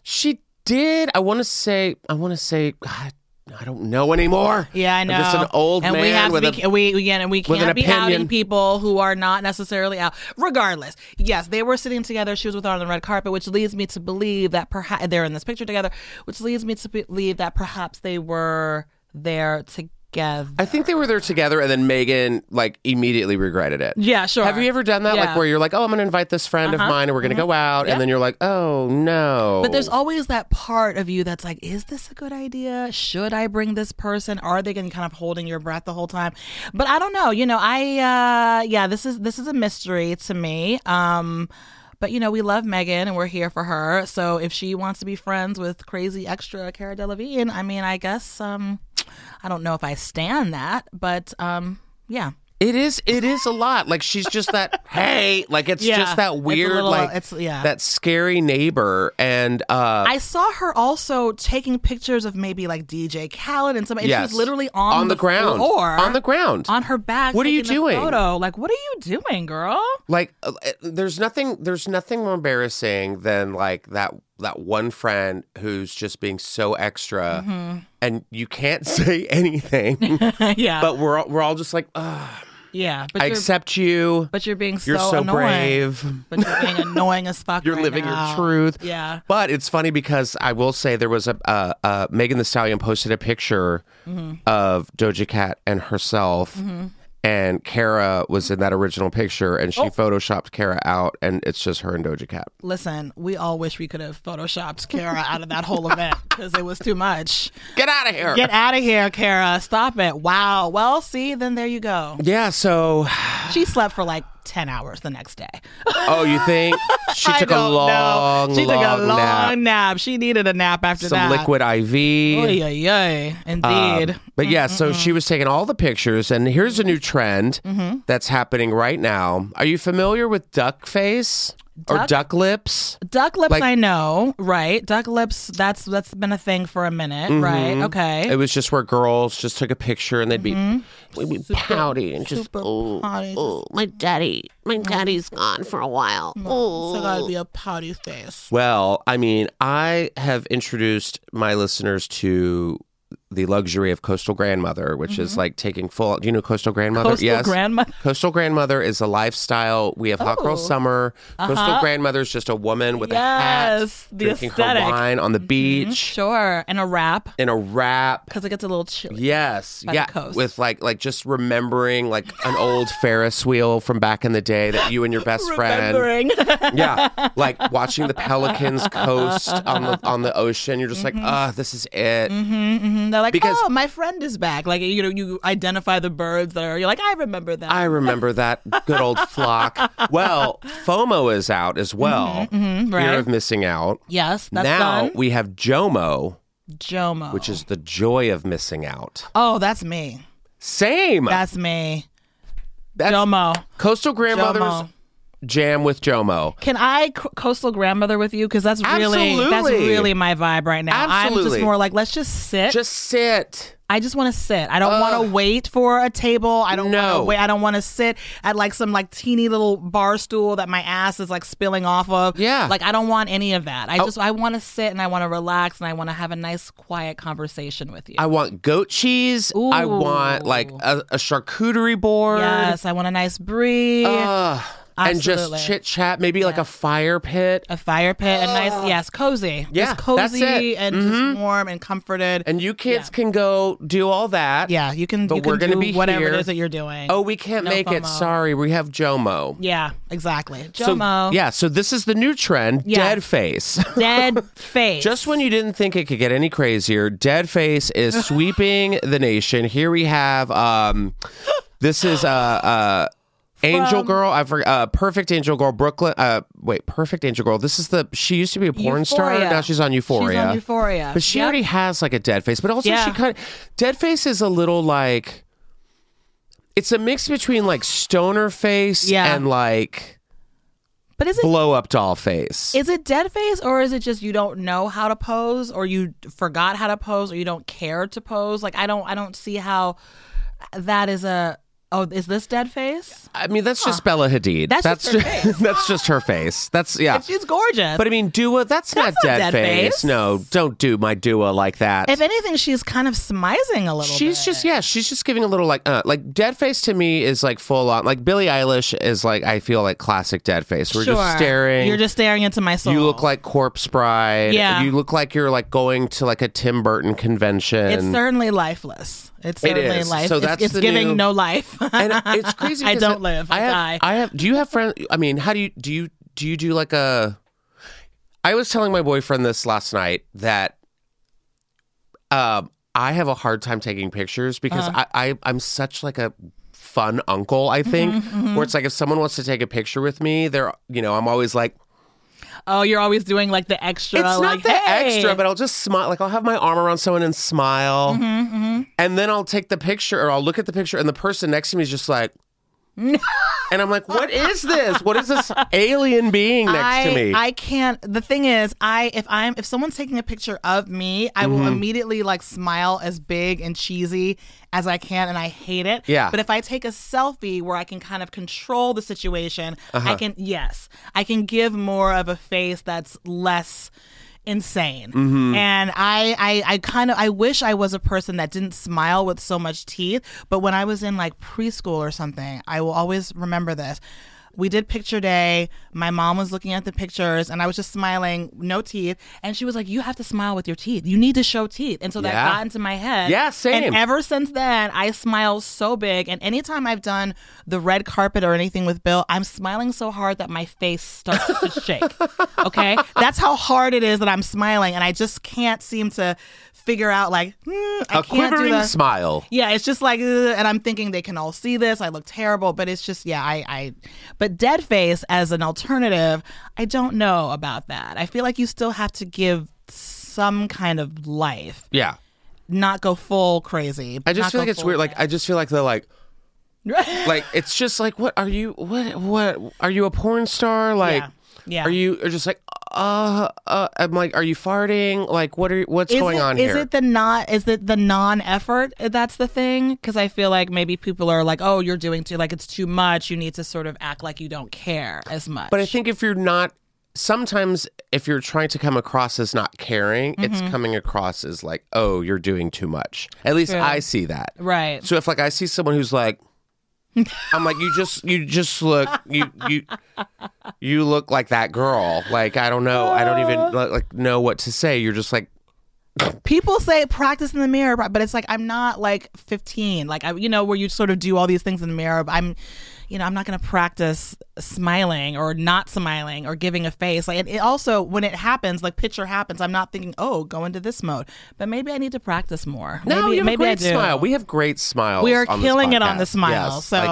S1: She did. I want to say. I want to say. God, I don't know anymore.
S2: Yeah, I know.
S1: I'm just an old
S2: and
S1: man
S2: we have
S1: with
S2: to
S1: a
S2: be, we again, and we
S1: with an
S2: can't be
S1: opinion.
S2: outing people who are not necessarily out. Regardless, yes, they were sitting together. She was with her on the red carpet, which leads me to believe that perhaps they're in this picture together, which leads me to believe that perhaps they were there together.
S1: I think they were there together, and then Megan like immediately regretted it.
S2: yeah, sure.
S1: Have you ever done that? Like
S2: Yeah. Uh-huh. Mm-hmm.
S1: where you're like, oh, I'm gonna invite this friend of mine, and we're gonna go out, and then you're like, oh no.
S2: But there's always that part of you that's like, is this a good idea? Should I bring this person? Are they going to kind of holding your breath the whole time? But I don't know. You know, I uh yeah, this is this is a mystery to me. Um but you know, we love Megan and we're here for her. So if she wants to be friends with crazy extra Cara Delevingne, I mean, I guess um I don't know if I stand that, but um yeah.
S1: It is. It is a lot. Like she's just that. *laughs* hey, like it's
S2: Yeah,
S1: just
S2: it's
S1: that
S2: a
S1: weird,
S2: little-
S1: like
S2: it's- yeah.
S1: that scary neighbor. And uh,
S2: I saw her also taking pictures of maybe like DJ Khaled and somebody. and
S1: yes,
S2: she was literally on,
S1: the, ground
S2: floor.
S1: on the ground.
S2: on her back.
S1: What are you
S2: taking the
S1: doing?
S2: Photo. Like, what are you doing, girl? *laughs*
S1: like uh, uh, there's nothing. There's nothing more embarrassing than like that. that one friend who's just being so extra,
S2: Mm-hmm.
S1: and you can't *laughs* say anything.
S2: yeah.
S1: but we're all, we're all just like, "Ugh,
S2: yeah. But
S1: I
S2: you're,
S1: accept you.
S2: but you're being so,
S1: You're so,
S2: annoying.
S1: brave.
S2: But you're
S1: *laughs*
S2: being annoying as fuck.
S1: You're
S2: right
S1: living
S2: now.
S1: your truth.
S2: Yeah.
S1: But it's funny because I will say there was a uh, uh, Megan the Stallion posted a picture
S2: Mm-hmm.
S1: of Doja Cat and herself, and Kara was in that original picture, and
S2: Oh.
S1: she photoshopped Kara out, and it's just her and Doja Cat.
S2: Listen, we all wish we could have photoshopped Kara out of that whole event because it was too much.
S1: Get out of here. *laughs*
S2: Get out of here, Kara. Stop it. Wow. Well, see, then there you go.
S1: yeah. So,
S2: She slept for like 10 hours the next day.
S1: oh, you
S2: *laughs*
S1: think she took
S2: I
S1: a
S2: don't
S1: long,
S2: know. She
S1: long,
S2: took a long
S1: nap,
S2: nap. She needed a nap after
S1: some
S2: that.
S1: liquid Um, IV.
S2: Oy, oy, oy. Indeed.
S1: But yeah, so
S2: Mm-hmm.
S1: she was taking all the pictures, and here's a new trend that's happening right now. Are you familiar with duck face or
S2: Duck-
S1: duck lips?
S2: duck lips,
S1: like-
S2: I know, right? Duck lips. That's that's been a thing for a minute, right? Okay.
S1: Mm-hmm. It was just where girls just took a picture and they'd be,
S2: Mm-hmm.
S1: we'd be pouty and just,
S2: super
S1: oh,
S2: pouty,
S1: oh.
S3: my daddy, my daddy's gone for a while. Ooh.
S2: So gotta be a pouty face.
S1: Well, I mean, I have introduced my listeners to the luxury of coastal grandmother, which is like taking full. Do you know coastal grandmother?
S2: Mm-hmm. Coastal
S1: yes.
S2: grandmother.
S1: Coastal Grandmother is a lifestyle. We have Hot Girl
S2: Oh. Uh-huh.
S1: Summer. Coastal Grandmother is just a woman with a
S2: Yes,
S1: hat
S2: the
S1: drinking
S2: aesthetic. Mm-hmm.
S1: her wine on the beach
S2: Sure. And a wrap
S1: in a wrap.
S2: because it gets a little chilly.
S1: Yes,
S2: the
S1: yeah,
S2: coast.
S1: with like like just remembering like an old Ferris wheel from back in the day that you and your best friend,
S2: Remembering. *laughs*
S1: *laughs* yeah, like watching the pelicans coast on the on the ocean. You're just
S2: Mm-hmm.
S1: like, ah, this is it.
S2: And they're like,
S1: Because-
S2: oh, my friend is back. Like, you know, you identify the birds that are, you're like, I remember that.
S1: I remember that good old flock. Well, FOMO is out as well. Fear
S2: Mm-hmm, right.
S1: of missing out.
S2: yes, that's
S1: now
S2: done.
S1: we have JOMO,
S2: Jomo.
S1: which is the joy of missing out.
S2: oh, that's me.
S1: Same.
S2: That's me.
S1: That's-
S2: Jomo.
S1: Coastal Grandmother's
S2: Jomo.
S1: jam with JOMO.
S2: Can I c- coastal grandmother with you? Because that's really that's
S1: Absolutely.
S2: really my vibe right now. I'm
S1: Absolutely.
S2: just more like let's just sit.
S1: Just sit.
S2: I just want to sit. I don't want
S1: Ugh.
S2: to wait for a table. I don't want
S1: No.
S2: to wait. I don't want to sit at like some like teeny little bar stool that my ass is like spilling off of.
S1: Yeah. Oh.
S2: Like I don't want any of that. I just I want to sit and I want to relax and I want to have a nice quiet conversation with you.
S1: I want goat cheese. I want like a, a charcuterie board.
S2: yes, I want a nice brie,
S1: Ugh. and just
S2: Absolutely.
S1: chit chat, maybe like a fire pit.
S2: a fire pit, a nice yes, cozy.
S1: uh, Yeah,
S2: just
S1: that's
S2: cozy
S1: it. Mm-hmm.
S2: and just warm and comforted.
S1: And you kids can go do all that.
S2: Yeah, you can.
S1: But
S2: you
S1: we're
S2: can
S1: gonna be
S2: do whatever
S1: here.
S2: it is that you're doing.
S1: Oh, we can't make it.
S2: FOMO.
S1: Sorry, we have JOMO.
S2: yeah, exactly.
S1: So-
S2: Jomo,
S1: yeah, so this is the new trend,
S2: Yeah.
S1: dead face. *laughs*
S2: dead face.
S1: Just when you didn't think it could get any crazier, Deadface
S2: *laughs*
S1: is sweeping the nation. Here we have um this is uh uh Angel Girl, I forgot uh Perfect Angel Girl Brooklyn uh wait, Perfect Angel Girl. This is the she used to be a porn star,
S2: Euphoria.
S1: now she's on Euphoria.
S2: She's on Euphoria.
S1: But she
S2: Yep.
S1: already has like a dead face, but also she
S2: Yeah.
S1: kind of dead face is a little like it's a mix between like stoner face
S2: Yeah.
S1: and like
S2: But is it
S1: blow up doll face.
S2: is it dead face or is it just you don't know how to pose or you forgot how to pose or you don't care to pose? Like I don't I don't see how that is a. Oh, is this dead face?
S1: I mean, that's just Bella Hadid.
S2: That's just her
S1: ju- *laughs* that's just her face. That's yeah.
S2: She's gorgeous.
S1: but I mean, Dua, that's,
S2: not
S1: dead,
S2: dead
S1: face.
S2: face.
S1: No, don't do my Dua like that.
S2: if anything, she's kind of smizing a little.
S1: she's
S2: bit.
S1: just yeah, she's just giving a little like uh, like dead face to me is like full on. Like Billie Eilish is like I feel like classic dead face. We're just
S2: Sure.
S1: staring.
S2: You're just staring into my soul.
S1: you look like corpse bride.
S2: Yeah.
S1: You look like you're like going to like a Tim Burton convention.
S2: It's certainly lifeless. It's
S1: It
S2: certainly
S1: is.
S2: life.
S1: So
S2: it's,
S1: that's
S2: it's
S1: the
S2: giving
S1: new-
S2: no life.
S1: and
S2: *laughs*
S1: it's crazy.
S2: I
S1: because
S2: don't live. I,
S1: have,
S2: die.
S1: I have. Do you have friends? I mean, how do you do you do you do like a? I was telling my boyfriend this last night that, um, I have a hard time taking pictures because
S2: Uh-huh.
S1: I, I I'm such like a fun uncle. I think
S2: Mm-hmm,
S1: where it's like if someone wants to take a picture with me, they're you know I'm always like
S2: oh, you're always doing like the extra.
S1: it's not
S2: like,
S1: the
S2: hey.
S1: extra, but I'll just smile. Like I'll have my arm around someone and smile,
S2: Mm-hmm,
S1: and then I'll take the picture or I'll look at the picture, and the person next to me is just like, and I'm like, what is this? What is
S2: *laughs*
S1: this alien being next
S2: I,
S1: to me?
S2: I can't. The thing is, I if I'm if someone's taking a picture of me, I
S1: Mm-hmm.
S2: will immediately like smile as big and cheesy as I can, and I hate it.
S1: Yeah.
S2: But if I take a selfie where I can kind of control the situation, I can yes, I can give more of a face that's less insane. And I, I, I kind of, I wish I was a person that didn't smile with so much teeth. But when I was in like preschool or something, I will always remember this. We did picture day. My mom was looking at the pictures and I was just smiling, no teeth. And she was like, You have to smile with your teeth. You need to show teeth. And so that
S1: Yeah.
S2: got into my head.
S1: Yeah,
S2: And
S1: same.
S2: ever since then, I smile so big. And anytime I've done the red carpet or anything with Bill, I'm smiling so hard that my face
S1: *laughs*
S2: starts to shake. Okay? That's how hard it is that I'm smiling. And I just can't seem to figure out, like, hmm, I
S1: A
S2: can't do
S1: quivering
S2: the-
S1: smile.
S2: yeah, it's just like, ugh, and I'm thinking they can all see this. I look terrible, but it's just, yeah, I, I, but dead face as an alternative, I don't know about that. I feel like you still have to give some kind of life,
S1: Yeah.
S2: not go full crazy.
S1: I just feel like it's weird. Like I just feel like they're like, like it's just like, what are you? What what are you a porn star? Like,
S2: yeah.
S1: Are you? Are just like, uh, uh, I'm like, are you farting? Like, what are what's
S2: *laughs* is
S1: going
S2: it,
S1: on
S2: is
S1: here?
S2: it the not? Is it the non-effort? That's the thing, because I feel like maybe people are like, "Oh, you're doing too. Like it's too much. You need to sort of act like you don't care as much."
S1: But I think if you're not, sometimes if you're trying to come across as not caring, it's
S2: Mm-hmm.
S1: coming across as like, oh, you're doing too much. At least I see that.
S2: right.
S1: So if like I see someone who's like, I'm like, you just, you just look, you, you, you look like that girl. Like I don't know, I don't
S2: Uh.
S1: even like, like know what to say. You're just like,
S2: people say practice in the mirror but it's like i'm not like 15 like i you know where you sort of do all these things in the mirror but i'm you know i'm not going to practice smiling or not smiling or giving a face like it, it also when it happens like picture happens i'm not thinking oh go into this mode but maybe i need to practice more
S1: no,
S2: maybe,
S1: you have
S2: maybe
S1: a
S2: i
S1: great
S2: do
S1: smile. We have great smiles.
S2: we are
S1: on this
S2: killing it on
S1: podcast.
S2: the smile
S1: Yes,
S2: so
S1: like,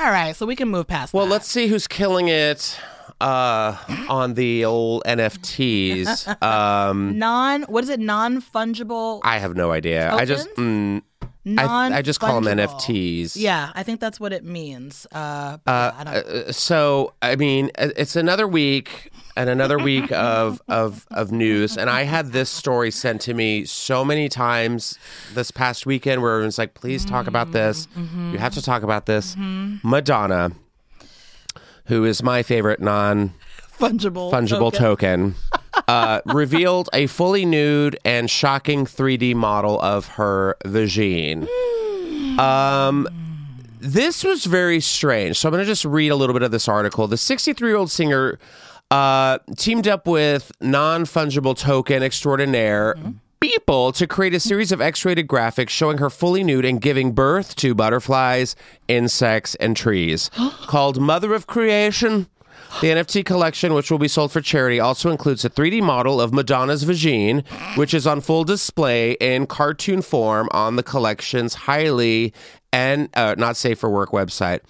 S2: all right so we can move past
S1: Well,
S2: that.
S1: let's see who's killing it uh, on the old NFTs. Um,
S2: non what is it non-fungible
S1: I have no idea. I just mm, I,
S2: non
S1: I just call them NFTs.
S2: yeah i think that's what it means uh, but yeah, i don't
S1: So I mean, i- it's another week and another week of of of news. And I had this story sent to me so many times this past weekend, where everyone's like, "Please talk about this. You have to talk about this." Madonna, who is my favorite non
S2: fungible
S1: fungible token, *laughs* uh, revealed a fully nude and shocking 3D model of her vagine. Um, this was very strange. So I'm going to just read a little bit of this article. The 63 year old singer uh, teamed up with non fungible token extraordinaire. People to create a series of X rated graphics showing her fully nude and giving birth to butterflies, insects, and *gasps* trees. called Mother of Creation, the NFT collection, which will be sold for charity, also includes a 3D model of Madonna's vagine, which is on full display in cartoon form on the collection's highly and uh, not safe for work website.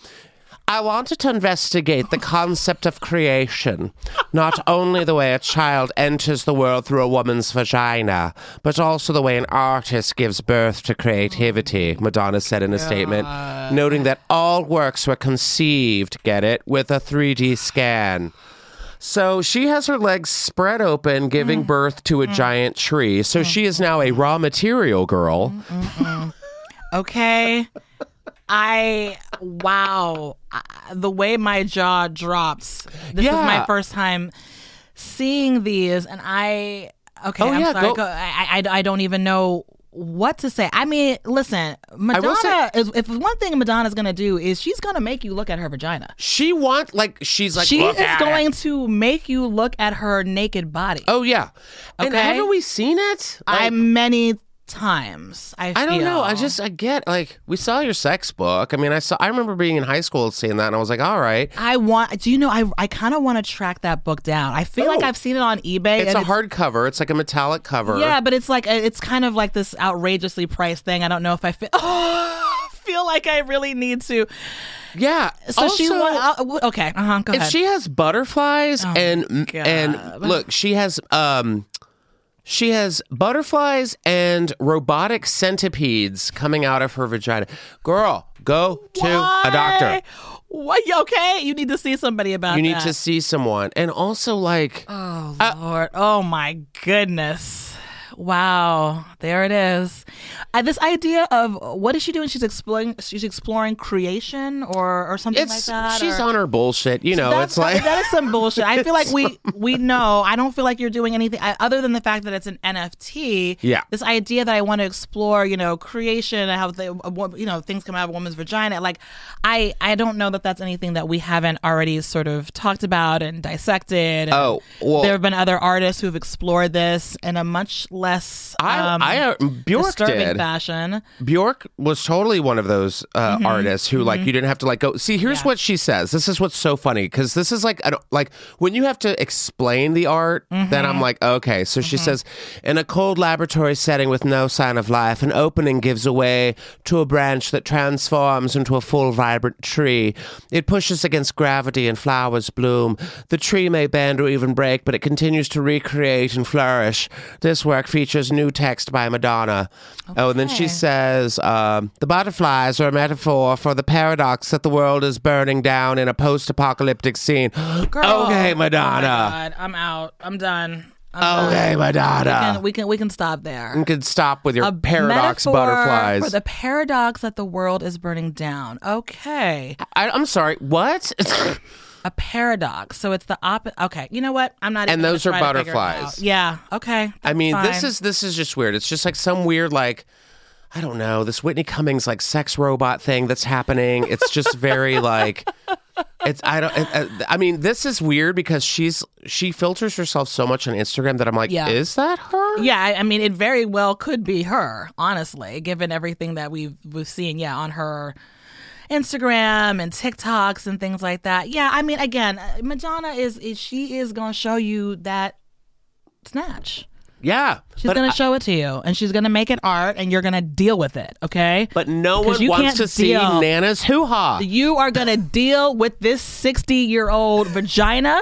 S1: I wanted to investigate the concept of creation, not only the way a child enters the world through a woman's vagina, but also the way an artist gives birth to creativity, Madonna said in a statement, noting that all works were conceived, get it, with a 3D scan. So she has her legs spread open,
S2: Mm.
S1: giving birth to a giant tree. So she is now a raw material girl.
S2: Okay. I wow, I- the way my jaw drops. This is
S1: Yeah.
S2: my first time seeing these, and I okay.
S1: Oh,
S2: I'm
S1: yeah,
S2: sorry.
S1: go-
S2: Go- I, I I don't even know what to say. I mean, listen,
S1: will
S2: Madonna
S1: say-
S2: is. If one thing Madonna's gonna do is she's gonna make you look at her vagina.
S1: She want like she's like
S2: She
S1: "Look
S2: is
S1: at it."
S2: going to make you look at her naked body.
S1: Oh yeah, and
S2: Okay.
S1: haven't we seen it? Like,
S2: I many times I.
S1: I don't know. I
S2: feel.
S1: just I get like we saw your sex book. I mean, I saw. I remember being in high school and seeing that, and I was like, all right,
S2: I want. Do you know? I I kind of want to track that book down. I feel like
S1: Oh.
S2: I've seen it on eBay.
S1: it's
S2: and
S1: a hardcover. It's like a metallic cover.
S2: Yeah, but it's like uh, it's kind of like this outrageously priced thing. I don't know if I feel. *gasps* feel like I really need to.
S1: yeah.
S2: So she.
S1: Also,
S2: wa- uh, w- Okay. Uh huh. Go
S1: if
S2: ahead.
S1: she has butterflies
S2: Oh,
S1: and and look, she has um. She has butterflies and robotic centipedes coming out of her vagina. Girl, go to a doctor.
S2: Why? What? you Okay. You need to see somebody about.
S1: You need
S2: that.
S1: to uh, see someone. And also, like,
S2: Oh Lord. Oh my goodness. Wow, there it is. Uh, this idea of what is she doing? She's exploring. She's exploring creation or or something like
S1: It's
S2: that.
S1: she's
S2: Oh or-
S1: on her bullshit. You know,
S2: That's
S1: it's like
S2: that is some bullshit. I
S1: *laughs*
S2: feel like we we know. I don't feel like you're doing anything I, other than the fact that it's an NFT.
S1: Yeah.
S2: This idea that I want to explore, you know, creation and how they, a wo- you know, things come out of a woman's vagina. Like, I I don't know that that's anything that we haven't already sort of talked about and dissected.
S1: *laughs*
S2: And
S1: Oh, well-
S2: there have been other artists who've explored this in a much less
S1: I-
S2: um,
S1: I- Bjork
S2: disturbing
S1: did.
S2: fashion.
S1: Bjork was totally one of those uh, artists who like you didn't have to like go see here's
S2: Mm-hmm, Yeah.
S1: what she says this is what's so funny because this is like an, like when you have to explain the art then
S2: Mm-hmm.
S1: I'm like okay so she says in a cold laboratory setting with no sign of life an opening gives away to a branch that transforms into a full vibrant tree it pushes against gravity and flowers bloom the tree may bend or even break but it continues to recreate and flourish this work features new text by Madonna oh and then she
S2: Okay.
S1: says um, the butterflies are a metaphor for the paradox that the world is burning down in a post-apocalyptic scene.
S2: *gasps* Girl.
S1: okay,
S2: Oh
S1: Madonna.
S2: my God, I'm out. I'm done. I'm
S1: okay,
S2: done.
S1: Madonna.
S2: we can we can stop there.
S1: You can stop with your
S2: a
S1: paradox
S2: metaphor
S1: butterflies.
S2: for the paradox that the world is burning down. Okay,
S1: I, I'm sorry. What? *laughs*
S2: a paradox. So it's the opposite. Okay, you know what? I'm not.
S1: And
S2: even
S1: those
S2: gonna
S1: are
S2: try to figure it out.
S1: butterflies.
S2: Yeah. Okay.
S1: I mean, this
S2: fine.
S1: is this is just weird. It's just like some weird like. I don't know this Whitney Cummings like sex robot thing that's happening. It's just very *laughs* like, it's I don't. It, uh, I mean, this is weird because she's she filters herself so much on Instagram that I'm like,
S2: Yeah.
S1: is that her?
S2: Yeah, I, I mean, it very well could be her. Honestly, given everything that we've we've seen, yeah, on her Instagram and TikToks and things like that. Yeah, I mean, again, uh, Madonna is, is she is going to show you that snatch.
S1: Yeah,
S2: She's going to show it to you, and she's going to make it art, and you're going to deal with it. Okay.
S1: But no
S2: 'Cause
S1: one
S2: you
S1: wants
S2: can't
S1: to see
S2: deal.
S1: Nana's hoo ha.
S2: You are going to deal with this 60 year old vagina.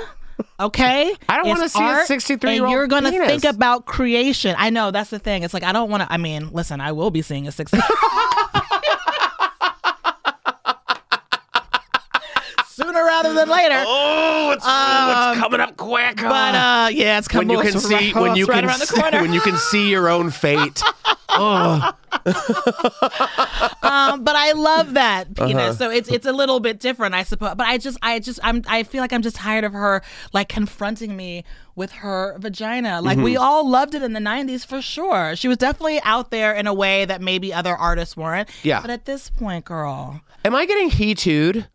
S2: Okay,
S1: I don't
S2: It's
S1: wanna see a
S2: art,
S1: 63-year-old
S2: And you're gonna
S1: penis.
S2: think about creation. I know that's the thing. It's like I don't want to. I mean, listen, I will be seeing a sixty. *laughs* Sooner rather than later.
S1: Oh, it's, it's coming up quick.
S2: Um, But uh, yeah, it's
S1: when
S2: coming.
S1: you
S2: it's
S1: can see
S2: right,
S1: when you
S2: it's right
S1: can
S2: around the
S1: see,
S2: corner.
S1: when you can see your own
S2: *laughs*
S1: fate.
S2: um, but I love that
S1: Uh-huh.
S2: penis. So it's it's a little bit different, I suppose. But I just I just I'm I feel like I'm just tired of her like confronting me with her vagina. Like
S1: Mm-hmm.
S2: we all loved it in the '90s for sure. She was definitely out there in a way that maybe other artists weren't.
S1: Yeah.
S2: But at this point, girl,
S1: Am I getting he tooed?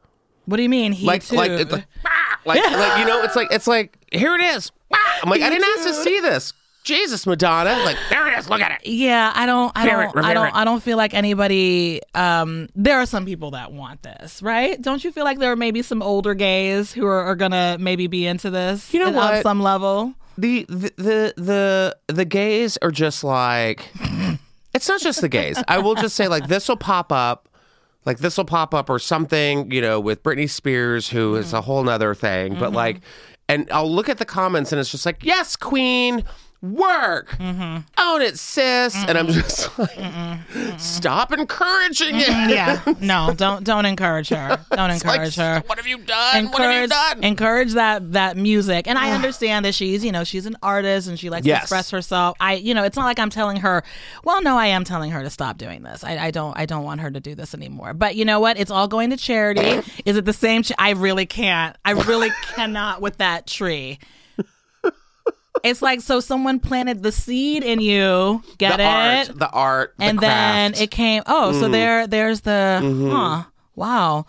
S2: what do you mean? He
S1: Like
S2: too.
S1: like it's like, ah, like *laughs* like you know it's like it's like here it is. Ah, I'm like I didn't ask to see this. Jesus, Madonna! Like *laughs* there it is. Look at it.
S2: Yeah, I don't, I
S1: Revere it,
S2: don't, I
S1: revere
S2: don't,
S1: it.
S2: I don't feel like anybody. Um, there are some people that want this, right? Don't you feel like there are maybe some older gays who are, are gonna maybe be into this?
S1: You know
S2: and-
S1: what?
S2: on some level.
S1: The the the the, the gays are just like. It's not just the gays. I will just say like this will pop up. Like this will pop up or something, you know, with Britney Spears, who is a whole nother thing. But like, and I'll look at the comments and it's just like, yes, queen, work, own it, sis. And I'm just like, stop encouraging it.
S2: Yeah, *laughs* no, don't don't encourage her. Don't
S1: Like,
S2: encourage her.
S1: what have you done? what have you
S2: Encourage,
S1: done?
S2: encourage that that music, and I understand that she's you know she's an artist and she likes
S1: Yes.
S2: to express herself. I you know it's not like I'm telling her. Well, no, I am telling her to stop doing this. I, I don't I don't want her to do this anymore. But you know what? It's all going to charity. Is it the same? Ch- I really can't. I really
S1: *laughs*
S2: cannot with that tree. It's like so someone planted the seed in you. Get
S1: the
S2: it?
S1: art, the art, the
S2: and then
S1: craft. Mm-hmm.
S2: it came. Oh, so there, there's the huh. Wow.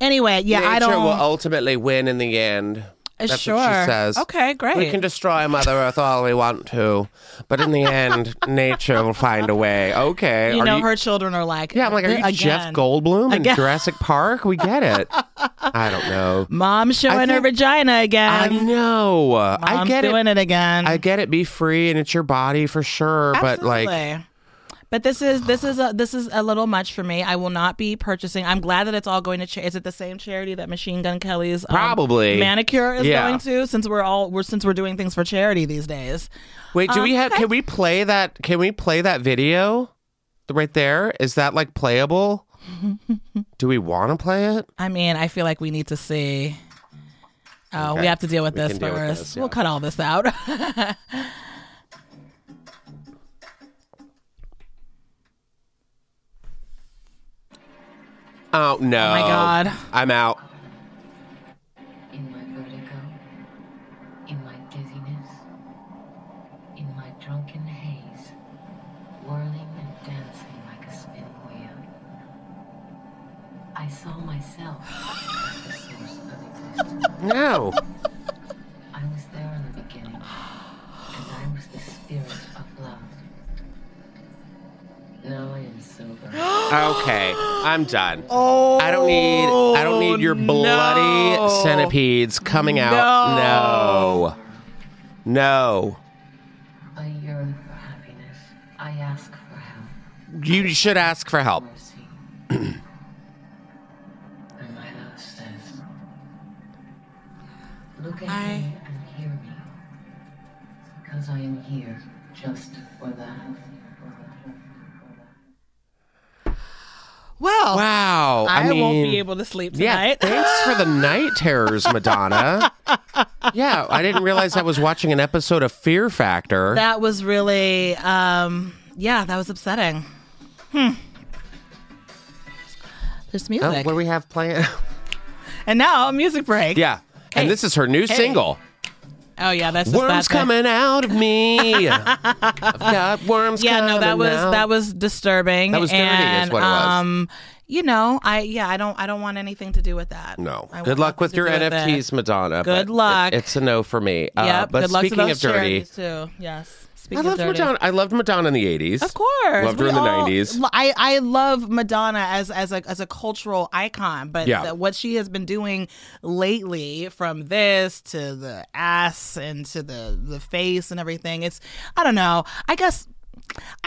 S2: Anyway, yeah,
S1: Nature
S2: I don't. uh,
S1: will ultimately win in the end. oh, That's
S2: sure.
S1: what she says.
S2: Okay, great.
S1: We can destroy Mother Earth all we want to, but in
S2: *laughs*
S1: the end, nature will find a way. Okay.
S2: you
S1: are
S2: know, her children are like,
S1: yeah, I'm like, are you
S2: again.
S1: Jeff Goldblum in
S2: Again.
S1: Jurassic Park? We get it. I don't know.
S2: Mom's showing her
S1: think-
S2: vagina
S1: I
S2: again.
S1: know. I
S2: Mom's
S1: get
S2: doing
S1: it.
S2: it, again.
S1: I get it. Be free, and it's your body for sure. But like,
S2: Absolutely. But this is this is a this is a little much for me. I will not be purchasing. I'm glad that it's all going to. Cha- is it the same charity that Machine Gun Kelly's um,
S1: Probably.
S2: manicure is
S1: Yeah.
S2: going to? Since we're all we're since we're doing things for charity these days.
S1: wait, do we have? Can we play that? Can we play that video? Right there. Is that like
S2: *laughs*
S1: playable? do we want to play it?
S2: I mean, I feel like we need to see. Oh, we have to deal with this *laughs*
S1: can deal with
S2: first.
S1: this, yeah.
S2: We'll cut all this out.
S1: Oh no!
S2: my God.
S1: I'm out.
S4: in my vertigo, in my dizziness, in my drunken haze, whirling and dancing like a spin wheel. I saw myself as the source of existence.
S1: No.
S4: I was there in the beginning, and I was the spirit of love. Now I am sober. *gasps*
S1: okay, I'm done.
S2: Oh,
S1: I don't need. I don't need your bloody
S2: no.
S1: centipedes coming out. No. No.
S4: I yearn for happiness. I ask for help.
S1: You should ask for help.
S4: mercy. and my love says, Look at
S2: I-
S4: me and hear me. Because I am here just for that.
S2: Well,
S1: Wow.
S2: Oh, I,
S1: I, mean,
S2: won't be able to sleep
S1: Yeah,
S2: tonight. *laughs*
S1: *laughs* thanks for the night terrors, Madonna. yeah, I didn't realize I was watching an episode of Fear Factor.
S2: that was really, um, yeah, that was upsetting. Hmm. There's
S1: oh,
S2: music,
S1: what do we have playing?
S2: and now a music
S1: *laughs*
S2: break.
S1: yeah, and this is her new single.
S2: Oh yeah, that's just
S1: Worms
S2: that thing.
S1: coming out of me. I've got worms.
S2: Yeah, no, that
S1: coming
S2: was
S1: out.
S2: that was disturbing.
S1: That was dirty is
S2: and,
S1: what it was.
S2: Um, you know, I yeah, I don't I don't want anything to do with that.
S1: No.
S2: I
S1: Good
S2: want
S1: luck
S2: nothing
S1: with
S2: to
S1: your
S2: do with it.
S1: NFTs, Madonna.
S2: Good
S1: but
S2: luck.
S1: it- it's a no for me. Uh,
S2: Yep.
S1: but
S2: good luck
S1: speaking
S2: to those
S1: of dirty,
S2: charities, too. Yes. Speaking
S1: I
S2: of
S1: loved
S2: dirty.
S1: Madonna. I loved Madonna in the eighties.
S2: Of course,
S1: Loved her
S2: We
S1: in the
S2: all-
S1: nineties.
S2: lo- I, I love Madonna as as a as a cultural icon, but
S1: Yeah.
S2: the- what she has been doing lately, from this to the ass and to the the face and everything, it's I don't know. I guess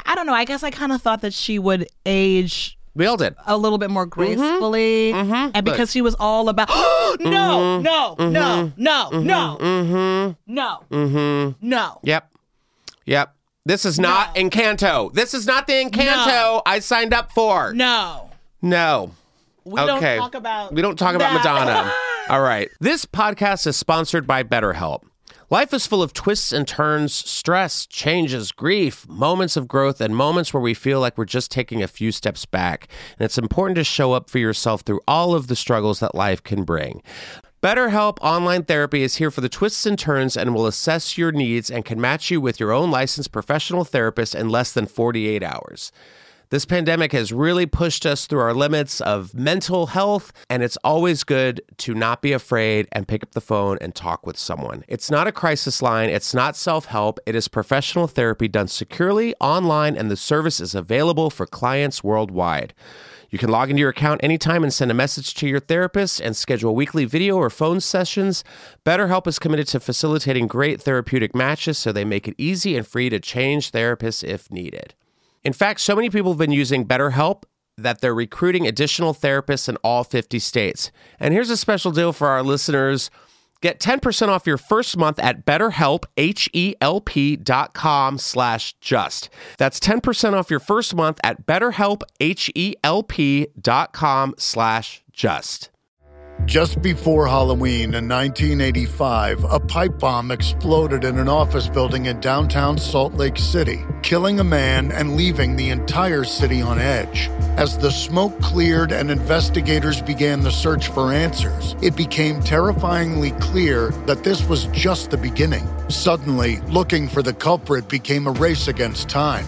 S2: I don't know. I guess I kind of thought that she would age
S1: We all did.
S2: a little bit more
S1: Mm-hmm.
S2: gracefully, and because she was all about *gasps* no,
S1: Mm-hmm.
S2: no, no, no, no, no,
S1: Mm-hmm.
S2: no.
S1: Yep. Yep. This is not Encanto. This is not the Encanto
S2: No.
S1: I signed up for.
S2: No.
S1: No.
S2: We
S1: okay.
S2: don't talk about
S1: We don't talk about
S2: that. *laughs*
S1: Madonna. All right. This podcast is sponsored by BetterHelp. Life is full of twists and turns, stress, changes, grief, moments of growth, and moments where we feel like we're just taking a few steps back. And it's important to show up for yourself through all of the struggles that life can bring. BetterHelp Online Therapy is here for the twists and turns and will assess your needs and can match you with your own licensed professional therapist in less than 48 hours. This pandemic has really pushed us through our limits of mental health, and it's always good to not be afraid and pick up the phone and talk with someone. It's not a crisis line, it's not self help, it is professional therapy done securely online, and the service is available for clients worldwide. You can log into your account anytime and send a message to your therapist and schedule weekly video or phone sessions. BetterHelp is committed to facilitating great therapeutic matches so they make it easy and free to change therapists if needed. In fact, so many people have been using BetterHelp that they're recruiting additional therapists in all 50 states. And here's a special deal for our listeners. Get 10% off your first month at BetterHelp, H-E-L-P dot com slash just. That's 10% off your first month at BetterHelp, H-E-L-P dot com slash just.
S5: Just before Halloween in 1985, a pipe bomb exploded in an office building in downtown Salt Lake City, killing a man and leaving the entire city on edge. As the smoke cleared and investigators began the search for answers, it became terrifyingly clear that this was just the beginning. Suddenly, looking for the culprit became a race against time.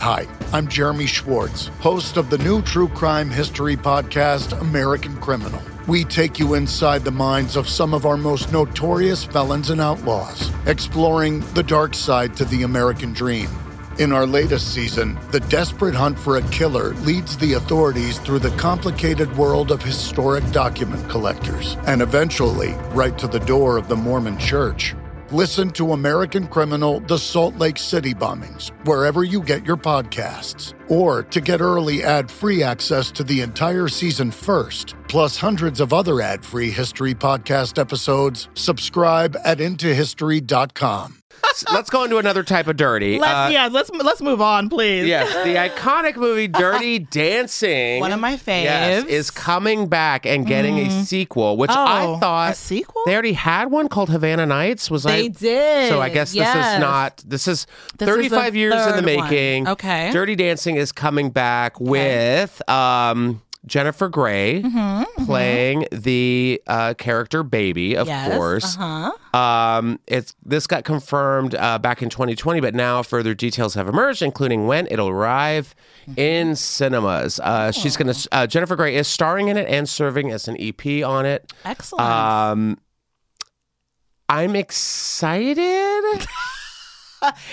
S5: Hi, I'm Jeremy Schwartz, host of the new true crime history podcast, American Criminal. We take you inside the minds of some of our most notorious felons and outlaws, exploring the dark side to the American dream. In our latest season, the desperate hunt for a killer leads the authorities through the complicated world of historic document collectors and eventually right to the door of the Mormon Church. Listen to American Criminal The Salt Lake City Bombings wherever you get your podcasts. Or to get early ad free access to the entire season first, plus hundreds of other ad free history podcast episodes, subscribe at IntoHistory.com.
S1: Let's go into another type of dirty.
S2: Let's,
S1: Uh,
S2: yeah, let's let's move on, please.
S1: Yes,
S2: *laughs*
S1: the iconic movie Dirty Dancing.
S2: One of my faves. Mm-hmm.
S1: Yes, is coming back and getting a sequel, which
S2: Oh,
S1: I thought
S2: a sequel?
S1: They already had one called Havana Nights. Was
S2: They
S1: I?
S2: did,
S1: So I guess this
S2: yes.
S1: is not. This is
S2: This is the
S1: 35 years in the
S2: third one.
S1: making.
S2: Okay. Mm-hmm,
S1: Dirty Dancing is coming back with um Jennifer Grey playing the uh, character Baby, of
S2: Yes,
S1: course. Uh-huh. Um, it's this got confirmed uh, back in 2020, but now further details have emerged, including when it'll arrive
S2: Mm-hmm.
S1: in cinemas. Uh, she's going to uh, Jennifer Grey is starring in it and serving as an EP on it.
S2: Excellent.
S1: Um, I'm
S2: *laughs*
S1: excited.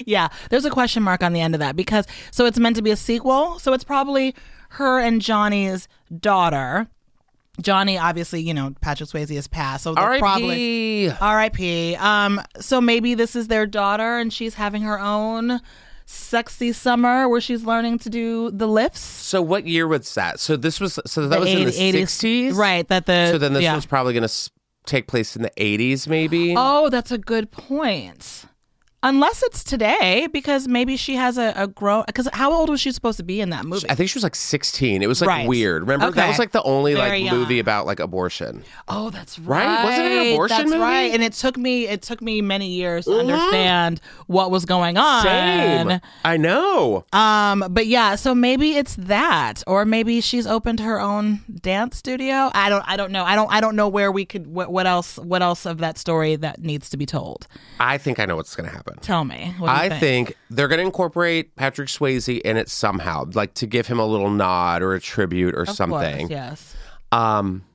S2: yeah, there's a question mark on the end of that because so it's meant to be a sequel. So it's probably her and Johnny's daughter. Johnny, obviously, you know, Patrick Swayze has passed. So they're probably.
S1: R.I.P.
S2: R.I.P. Um, so maybe this is their daughter and she's having her own sexy summer where she's learning to do the lifts.
S1: So what year was that? So this was so that was in the
S2: 80s.
S1: 60s,
S2: Right. That the.
S1: So then this
S2: yeah.
S1: one's probably going to take place in the 80s, maybe.
S2: Oh, that's a good point. Unless it's today, because maybe she has a, a grow. Because how old was she supposed to be in that movie?
S1: I think she was like 16. It was like
S2: Right.
S1: weird. Remember that
S2: Okay.
S1: was like the only
S2: Very
S1: like
S2: young.
S1: movie about like abortion.
S2: Oh, that's right.
S1: Right? Wasn't it an abortion
S2: that's
S1: movie? Mm-hmm.
S2: Right. And it took me it took me many years to understand what was going on.
S1: Same. I know.
S2: Um, but yeah, so maybe it's that, or maybe she's opened her own dance studio. I don't, I don't know. I don't, I don't know where we could. What, what else? What else of that story that needs to be told?
S1: I think I know what's going to happen.
S2: Tell me. What do you
S1: I think they're going to incorporate Patrick Swayze in it somehow, like to give him a little nod or a tribute or
S2: Of course,
S1: something.
S2: yes.
S1: Um,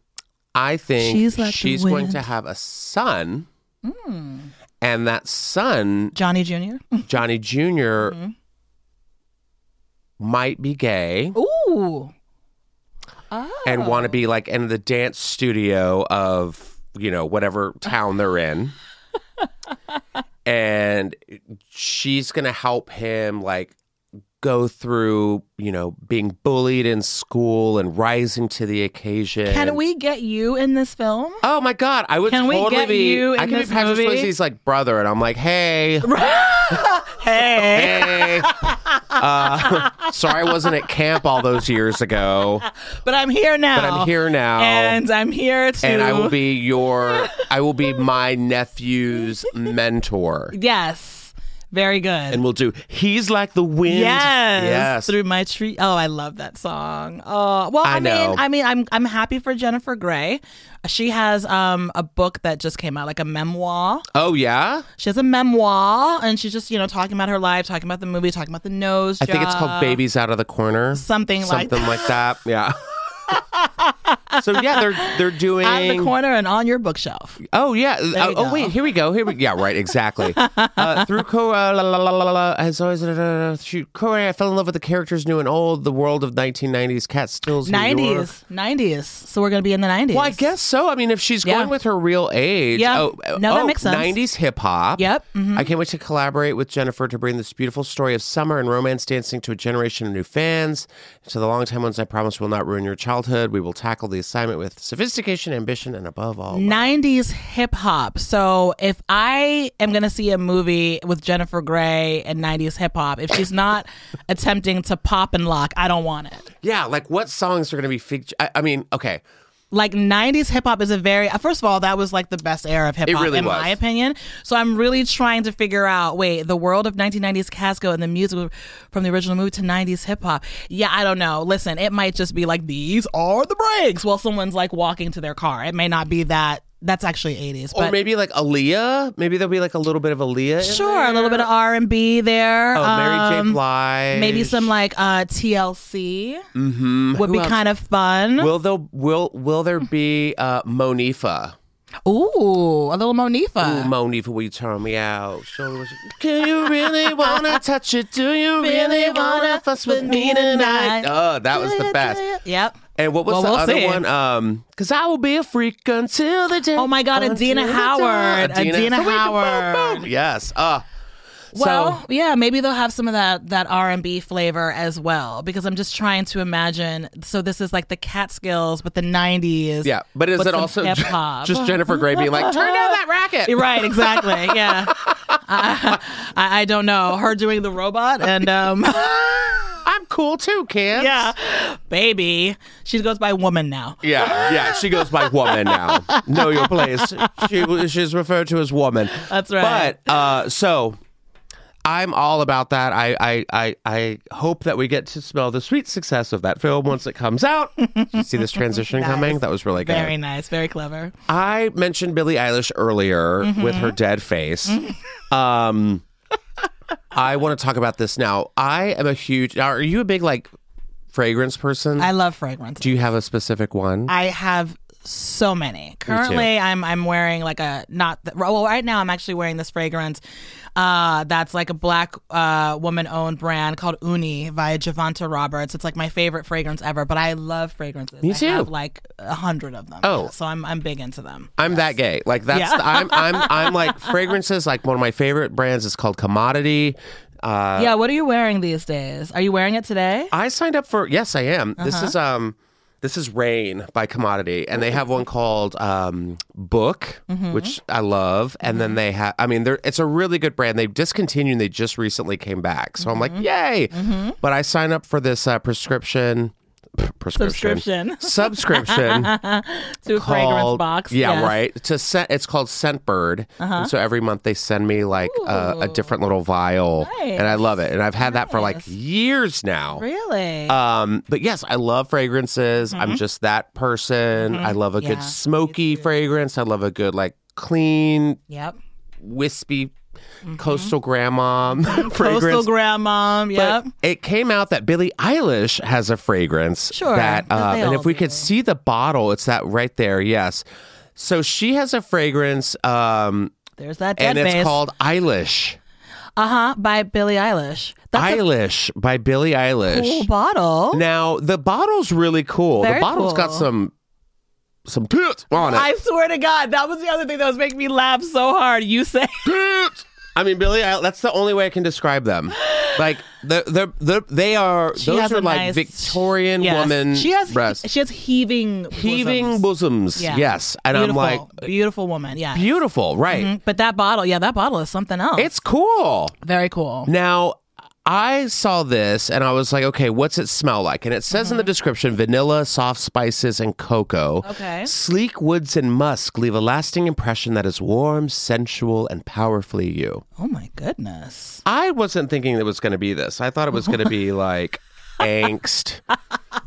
S1: I think
S2: She's
S1: she's,
S2: like the
S1: going
S2: wind.
S1: to have a son, and that son,
S2: Johnny
S1: *laughs*
S2: Jr.
S1: Johnny junior might be gay
S2: Ooh.
S1: and want to be like in the dance studio of you know whatever town they're in. and she's going to help him like go through, you know, being bullied in school and rising to the occasion.
S2: Can we get you in this film?
S1: Oh my god, I would
S2: Can we
S1: totally
S2: get
S1: be.
S2: you
S1: I
S2: in
S1: can
S2: this
S1: be Patrick
S2: movie?
S1: Swayze's like brother, and I'm like, hey,
S2: Hey.
S1: hey. Uh, sorry, I wasn't at camp all those years ago,
S2: *laughs* But I'm here now.
S1: but I'm here now,
S2: Oh, And I'm here to.
S1: and I will be
S2: *laughs*
S1: your, I will be my nephew's mentor,
S2: Yes. Very good.
S1: and we'll do. He's like the wind.
S2: Yes,
S1: yes.
S2: through my tree. Oh, I love that song. Oh, well, I,
S1: I know.
S2: mean, I mean, I'm I'm happy for Jennifer Grey. She has um a book that just came out, like a memoir.
S1: oh yeah,
S2: She has a memoir, and she's just you know talking about her life, talking about the movie, talking about the nose.
S1: I think it's
S2: job.
S1: called Babies Out of the Corner,
S2: Something like
S1: something
S2: *laughs*
S1: like that. Yeah. so yeah, they're they're doing
S2: Out of the corner and on your bookshelf.
S1: Oh yeah.
S2: you
S1: Oh, oh,
S2: go.
S1: wait. Here we go. Here we. Yeah. Right.
S2: *laughs*
S1: Exactly. uh, through co uh, la, la, la, la, la, la, as always. Uh, uh, shoot, Corey, I fell in love with the characters new and old. The world of 1990s cat stills. New York.
S2: Nineties, nineties. So we're gonna be in the nineties.
S1: Well, I guess so. I mean, if she's
S2: Yeah.
S1: going with her real age,
S2: Yeah.
S1: Oh, uh,
S2: No, that
S1: oh,
S2: makes sense.
S1: 90s hip hop.
S2: Yep. Mhm.
S1: I can't wait to collaborate with Jennifer to bring this beautiful story of summer and romance dancing to a generation of new fans. To the longtime ones, I promise will not ruin your childhood. We will tackle the assignment with sophistication, ambition, and above all, love.
S2: 90s hip hop. So if I am going to see a movie with Jennifer Grey and 90s hip hop, if she's not *laughs* attempting to pop and lock, I don't want it.
S1: Yeah, like what songs are going to be featured? I, I mean, okay,
S2: Like 90s hip hop is a very uh, First of all, that was like the best era of hip hop
S1: really
S2: in
S1: was.
S2: my opinion. So I'm really trying to figure out, wait, the world of 1990s Casco and the music from the original movie to 90s hip hop. Yeah, I don't know. Listen, it might just be like these are the breaks while someone's like walking to their car. It may not be that that's actually 80s,
S1: or
S2: but
S1: maybe like Aaliyah. Maybe there'll be like a little bit of Aaliyah. in
S2: Sure,
S1: there.
S2: a little bit of R and B there.
S1: Oh, Mary J.
S2: Um,
S1: Blige.
S2: Maybe some like uh, TLC
S1: Mhm.
S2: would
S1: Who
S2: be
S1: else?
S2: kind of fun.
S1: Will there will will there be uh, Monifa?
S2: Ooh, a little
S1: Ooh,
S2: Monifa.
S1: Monifa, will you turn me out? Show me what you- Can you really
S2: *laughs*
S1: wanna touch it? Do you really wanna fuss with me tonight? Oh, that was the best.
S2: Yep.
S1: And what was
S2: Well,
S1: the
S2: we'll
S1: other
S2: see.
S1: one? Um, cause I will be a freak until the day.
S2: Oh my God,
S1: until
S2: Adina
S1: the day-
S2: Howard. Adina
S1: So we can boom,
S2: Howard.
S1: boom. Yes. Uh,
S2: Well,
S1: so,
S2: yeah, maybe they'll have some of that that R and B flavor as well. Because I'm just trying to imagine. So this is like the Catskills, but the '90s.
S1: yeah, but is
S2: with
S1: it
S2: some
S1: also
S2: hip hop?
S1: just Jennifer Grey being like, turn down that racket?
S2: You're right, exactly.
S1: *laughs*
S2: Yeah, I, I, I don't know her doing the robot and um.
S1: *gasps*
S2: *laughs*
S1: I'm cool too, Cam.
S2: yeah, baby. She goes by woman now.
S1: Yeah, yeah. She goes by woman
S2: *laughs*
S1: now. Know your place. She she's referred to as woman.
S2: That's right.
S1: But uh, so I'm all about that. I, I, I, I hope that we get to smell the sweet success of that film once it comes out. Did you see this transition
S2: *laughs*
S1: coming? That was really good.
S2: Very nice. Very clever.
S1: I mentioned Billie Eilish earlier
S2: Mm-hmm.
S1: with her dead face. um, I want to talk about this now. I am a huge. Now, are you a big like fragrance person?
S2: I love fragrance.
S1: Do you have a specific one?
S2: I have so many. Currently, I'm I'm wearing like a not th- well right now. I'm actually wearing this fragrance, uh, that's like a black uh, woman owned brand called Uni via Javonta Roberts. It's like my favorite fragrance ever. But I love fragrances. Me
S1: too.
S2: I have like a hundred of them.
S1: Oh. Uh,
S2: so I'm I'm big into them.
S1: I'm that gay. Like that's
S2: Yeah.
S1: I'm I'm I'm like fragrances. Like one of my favorite brands is called Commodity. Uh,
S2: yeah. What are you wearing these days? Are you wearing it today?
S1: I signed up for yes, I am.
S2: Uh-huh.
S1: This is um this is Rain by Commodity, and they have one called um, Book,
S2: Mm-hmm.
S1: which I love. And then they have, I mean, they're, it's a really good brand. They discontinued, and they just recently came back. So I'm like,
S2: Mm-hmm.
S1: yay! But I sign up for this uh, prescription, prescription,
S2: Subscription. *laughs*
S1: subscription
S2: to a *laughs* fragrance
S1: called-
S2: box.
S1: Yeah,
S2: yes. Uh-huh.
S1: right. It's a scent. It's called Scentbird. And so every month they send me like a, a different little vial,
S2: Nice.
S1: and I love it. And I've had that for like
S2: Nice.
S1: years now.
S2: Really?
S1: Um, but yes, I love fragrances. I'm just that person. I love a
S2: Mm-hmm. Yeah,
S1: good smoky fragrance. I love a good like clean,
S2: yep.
S1: wispy,
S2: Mm-hmm.
S1: coastal grandma *laughs* fragrance.
S2: Postal grandma. Yep.
S1: But it came out that Billie Eilish has a fragrance.
S2: Sure,
S1: That,
S2: as
S1: um,
S2: they
S1: and
S2: all
S1: if we
S2: do.
S1: could see the bottle, it's that right there. Yes. So she has a fragrance, um,
S2: There's that dead
S1: and it's
S2: face.
S1: called Eilish.
S2: uh huh. By Billie Eilish. That's a
S1: Eilish by Billie Eilish.
S2: cool bottle.
S1: Now the bottle's really cool.
S2: Very
S1: the bottle's got
S2: cool.
S1: some some tits on it.
S2: I swear to God, that was the other thing that was making me laugh so hard.
S1: *laughs*
S2: You say
S1: Tits! I mean, Billy, I, that's the only way I can describe them. Like they're, they're, they're, they are.
S2: She
S1: those
S2: has
S1: are
S2: a
S1: like
S2: nice-
S1: Victorian woman.
S2: She has
S1: breasts.
S2: she has heaving
S1: heaving
S2: bosoms.
S1: bosoms.
S2: Yeah.
S1: Yes, and
S2: beautiful,
S1: I'm like
S2: beautiful woman. Yeah,
S1: beautiful, right?
S2: Mhm. but that bottle, yeah, that bottle is something else.
S1: It's cool.
S2: very cool.
S1: Now, I saw this and I was like, okay, what's it smell like? And it says
S2: Mm-hmm.
S1: in the description vanilla, soft spices, and cocoa.
S2: Okay.
S1: Sleek woods and musk leave a lasting impression that is warm, sensual, and powerfully you.
S2: Oh my goodness.
S1: I wasn't thinking it was going to be this. I thought it was going to
S2: *laughs*
S1: be like angst,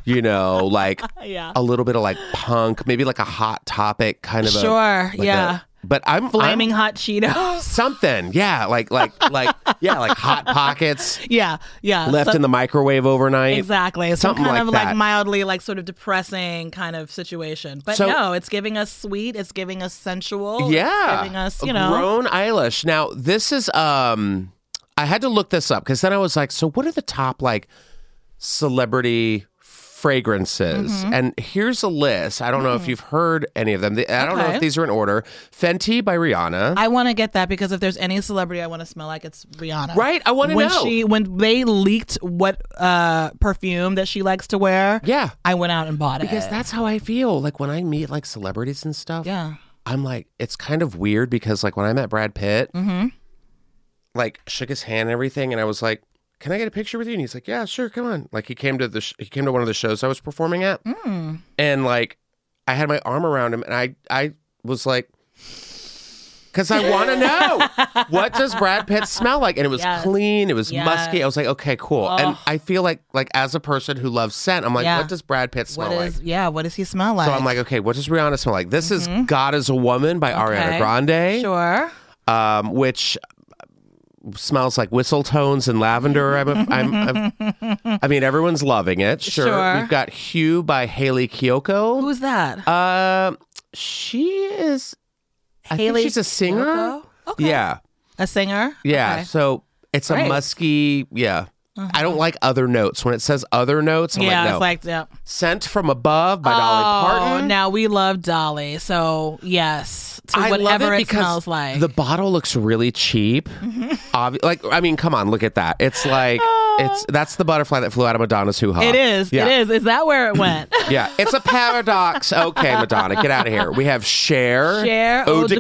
S1: you know, like
S2: *laughs* Yeah.
S1: a little bit of like punk, maybe like a hot topic kind of a-
S2: Sure,
S1: like a-
S2: yeah.
S1: but I'm
S2: Flaming
S1: I'm-
S2: hot Cheetos. *laughs*
S1: something. Yeah, like like like yeah, like hot pockets
S2: yeah, yeah.
S1: left
S2: So-
S1: in the microwave overnight.
S2: Exactly. Some
S1: Something
S2: kind
S1: like
S2: of
S1: that.
S2: like mildly like sort of depressing kind of situation. But
S1: So-
S2: no, it's giving us sweet, it's giving us sensual. It's
S1: Yeah.
S2: giving us, you know.
S1: Grown Eilish. Now, this is um I had to look this up cuz then I was like, so what are the top like celebrity fragrances?
S2: Mm-hmm.
S1: And here's a list. I don't know if you've heard any of them. The- I don't know
S2: Okay.
S1: if these are in order. Fenty by Rihanna.
S2: I want to get that because if there's any celebrity I want to smell like, it's Rihanna.
S1: right? I want to
S2: When
S1: know.
S2: she when they leaked what uh perfume that she likes to wear,
S1: yeah.
S2: I went out and bought it.
S1: Because that's how I feel. Like when I meet like celebrities and stuff,
S2: yeah.
S1: I'm like, it's kind of weird because like when I met Brad Pitt,
S2: Mm-hmm.
S1: like shook his hand and everything, and I was like, "Can I get a picture with you?" And he's like, "Yeah, sure, come on." Like he came to the sh- he came to one of the shows I was performing at,
S2: Mm.
S1: and like I had my arm around him, and I I was like. Because I want to
S2: *laughs*
S1: know what does Brad Pitt smell like, and it was
S2: Yes.
S1: clean, it was
S2: Yes.
S1: musky. I was like, okay, cool. And
S2: Oh.
S1: I feel like, like as a person who loves scent, I'm like,
S2: Yeah.
S1: what does Brad Pitt smell
S2: What
S1: like?
S2: is yeah, what does he smell like?
S1: So I'm like, okay, what does Rihanna smell like? This is God is a Woman by Ariana Grande,
S2: Mm-hmm. Sure.
S1: um, which smells like whistle tones and lavender. I'm, a, I'm, I'm,
S2: *laughs*
S1: I mean, everyone's loving it. Sure.
S2: Sure.
S1: We've got Hue by Haley Kiyoko.
S2: Who's that?
S1: Um, she is, I
S2: Haley
S1: think she's a singer.
S2: Kiyoko? Okay.
S1: Yeah.
S2: A singer?
S1: Yeah.
S2: Okay.
S1: So it's
S2: Great. Mm-hmm.
S1: a musky, yeah. I don't like other notes. When it says other notes, I'm
S2: yeah,
S1: like, no.
S2: it's like yeah.
S1: Sent from Above by Dolly Parton.
S2: Oh, now we love Dolly, so yes, to
S1: I
S2: whatever
S1: love it,
S2: it,
S1: because
S2: smells like. Mm-hmm.
S1: The bottle looks really cheap. Obvi- like I mean, come on, look at that.
S2: *laughs*
S1: It's like it's that's the butterfly that flew out of Madonna's hoo ha.
S2: Oh. it is.
S1: Yeah.
S2: It is. Is that
S1: *clears throat*
S2: where it went? *laughs*
S1: Yeah, it's a paradox. Okay, Madonna, get out of here. We have Cher,
S2: Cher, Eau de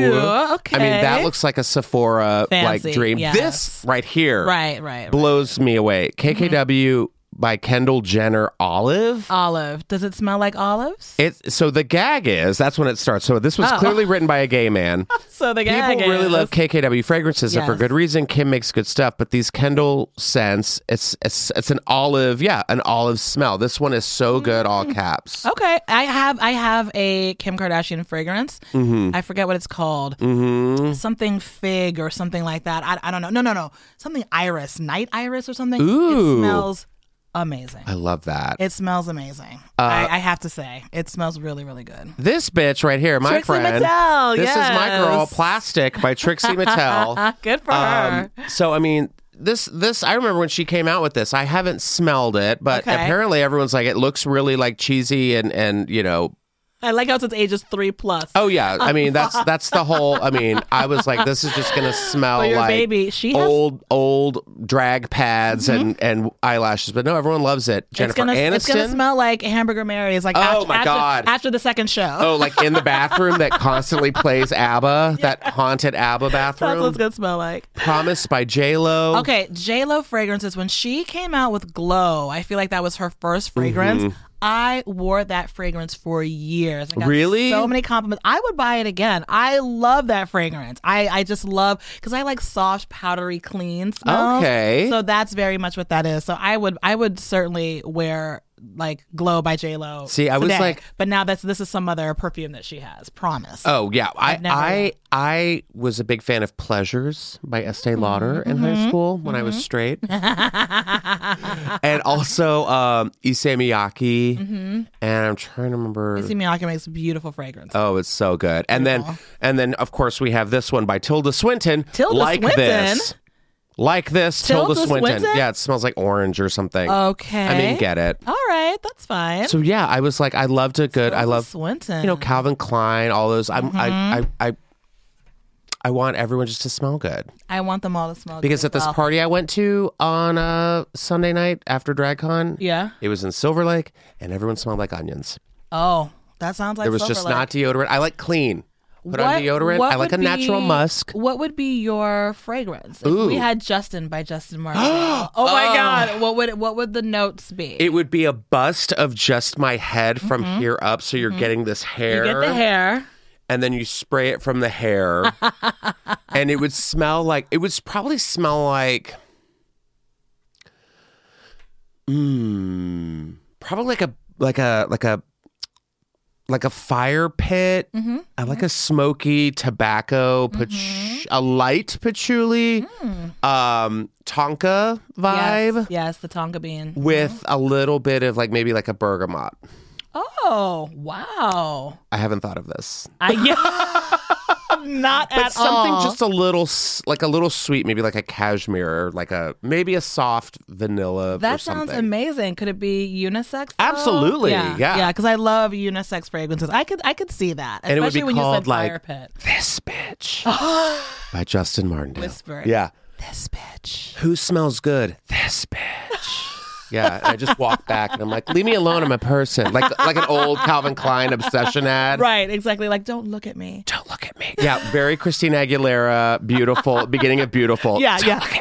S2: Couture. Okay.
S1: I mean, that looks like a Sephora
S2: Fancy,
S1: like dream.
S2: yes. Mm-hmm.
S1: This right here
S2: right. Right.
S1: blows me away. KKW by Kendall Jenner Olive.
S2: Oh. Olive. Does it smell like olives?
S1: It's so the gag is that's when it starts. So this was
S2: Oh.
S1: clearly written by a gay man.
S2: So the gag
S1: People really
S2: is-
S1: love KKW fragrances, and for
S2: Yes.
S1: good reason. Kim makes good stuff, but these Kendall scents, it's it's, it's an olive, yeah, an olive smell. This one is so good, all
S2: Mm.
S1: caps.
S2: Okay, I have I have a Kim Kardashian fragrance. I forget what it's called.
S1: Mm-hmm.
S2: Something fig or something like that. I, I don't know. No, no, no. Something iris, night iris or something.
S1: Ooh. Uh,
S2: It smells amazing.
S1: I love that.
S2: It smells amazing.
S1: uh,
S2: I, I have to say, it smells really, really good.
S1: this bitch right here, my
S2: Trixie
S1: friend.
S2: Mattel,
S1: this is my girl,
S2: yes.
S1: Plastic by Trixie
S2: *laughs*
S1: Mattel.
S2: Good for
S1: Um,
S2: her.
S1: so I mean, this this I remember when she came out with this. I haven't smelled it, but
S2: Okay.
S1: apparently everyone's like, it looks really like cheesy and and you know.
S2: I like how since age is three plus.
S1: Oh yeah, I mean that's
S2: *laughs*
S1: that's the whole. I mean, I was like, this is just gonna smell
S2: But your
S1: like oh,
S2: baby, she has- Mm-hmm.
S1: old old drag pads and and eyelashes, but no, everyone loves it.
S2: it's
S1: Jennifer
S2: gonna
S1: Aniston.
S2: it's gonna smell *laughs* like Hamburger Mary's. Like
S1: Oh,
S2: after,
S1: my
S2: after-
S1: God.
S2: after the second show.
S1: Oh, like in the bathroom that constantly plays ABBA, that haunted ABBA
S2: *laughs* That's what
S1: bathroom.
S2: it's gonna smell like.
S1: Promise by J Lo.
S2: Okay, J Lo fragrances. When she came out with Glow, I feel like that was her first fragrance.
S1: Mm-hmm.
S2: I wore that fragrance for years. I got
S1: Really?
S2: So many compliments. I would buy it again. I love that fragrance. I, I just love because I like soft, powdery, clean smells.
S1: Okay.
S2: So that's very much what that is. So I would I would certainly wear like Glow by J Lo.
S1: See, I was like-
S2: but now that's this is some other perfume that she has. Promise.
S1: Oh yeah, I
S2: never-
S1: I I was a big fan of Pleasures by
S2: Mm-hmm.
S1: Estee Lauder in high school when I was
S2: *laughs*
S1: straight, and also um, Issey Miyake, and I'm trying to remember.
S2: Missy Mm-hmm. Miyake makes beautiful fragrance.
S1: Oh, it's so good. And then and then of course we have this one by Tilda Swinton.
S2: Tilda
S1: like
S2: Swinton?
S1: this. Like this, Tilda,
S2: Tilda
S1: Swinton.
S2: Swinton?
S1: Yeah, it smells like orange or something.
S2: Okay.
S1: Oh. I mean, get it.
S2: All right, that's fine.
S1: So yeah, I was like, I loved a good. I love
S2: Swinton.
S1: you know Calvin Klein, all those. I'm, I
S2: Mm-hmm.
S1: I I I want everyone just to smell good
S2: I want them all to smell
S1: because
S2: good
S1: at this
S2: well.
S1: party I went to on a Sunday night after DragCon,
S2: Yeah.
S1: it was in Silver Lake, and everyone smelled like onions.
S2: Oh, that sounds like
S1: There was
S2: Silver
S1: just
S2: Lake.
S1: not deodorant. I like clean. Put
S2: What-
S1: on deodorant.
S2: what
S1: I like a
S2: would
S1: natural
S2: be-
S1: musk.
S2: What would be your fragrance? If
S1: Ooh.
S2: we had Justin
S1: *gasps*
S2: by Justin Martin. oh my God! What would what would the notes be?
S1: It would be a bust of just my head from here up, so you're getting this hair.
S2: Mm-hmm. you get the hair.
S1: and then you spray it from the hair and it would smell like it would probably smell like mm, probably like a like a like a like a fire pit I like a smoky tobacco patch- a light patchouli um tonka vibe
S2: Yes, yes, the Tonka bean.
S1: with a little bit of like maybe like a bergamot
S2: Oh wow!
S1: I haven't thought of this *laughs*
S2: I, *laughs* not
S1: but
S2: at
S1: something
S2: all.
S1: just a little s- like a little sweet maybe like a cashmere or like a maybe a soft vanilla or
S2: That
S1: something.
S2: sounds amazing. Could it be unisex? though?
S1: Absolutely, yeah.
S2: yeah. Because I love unisex fragrances. I could, I could see that,
S1: And it would
S2: especially
S1: be
S2: when you
S1: called,
S2: said
S1: like-
S2: fire pit.
S1: this
S2: *gasps*
S1: bitch by justin martindale
S2: Whisper.
S1: yeah
S2: This bitch.
S1: who smells good this bitch yeah and i just walk back and i'm like leave me alone i'm a person like like an old calvin klein obsession ad
S2: Right, exactly. Like, don't look at me.
S1: don't look at me yeah very christina aguilera beautiful beginning of beautiful
S2: Yeah, yeah. *laughs*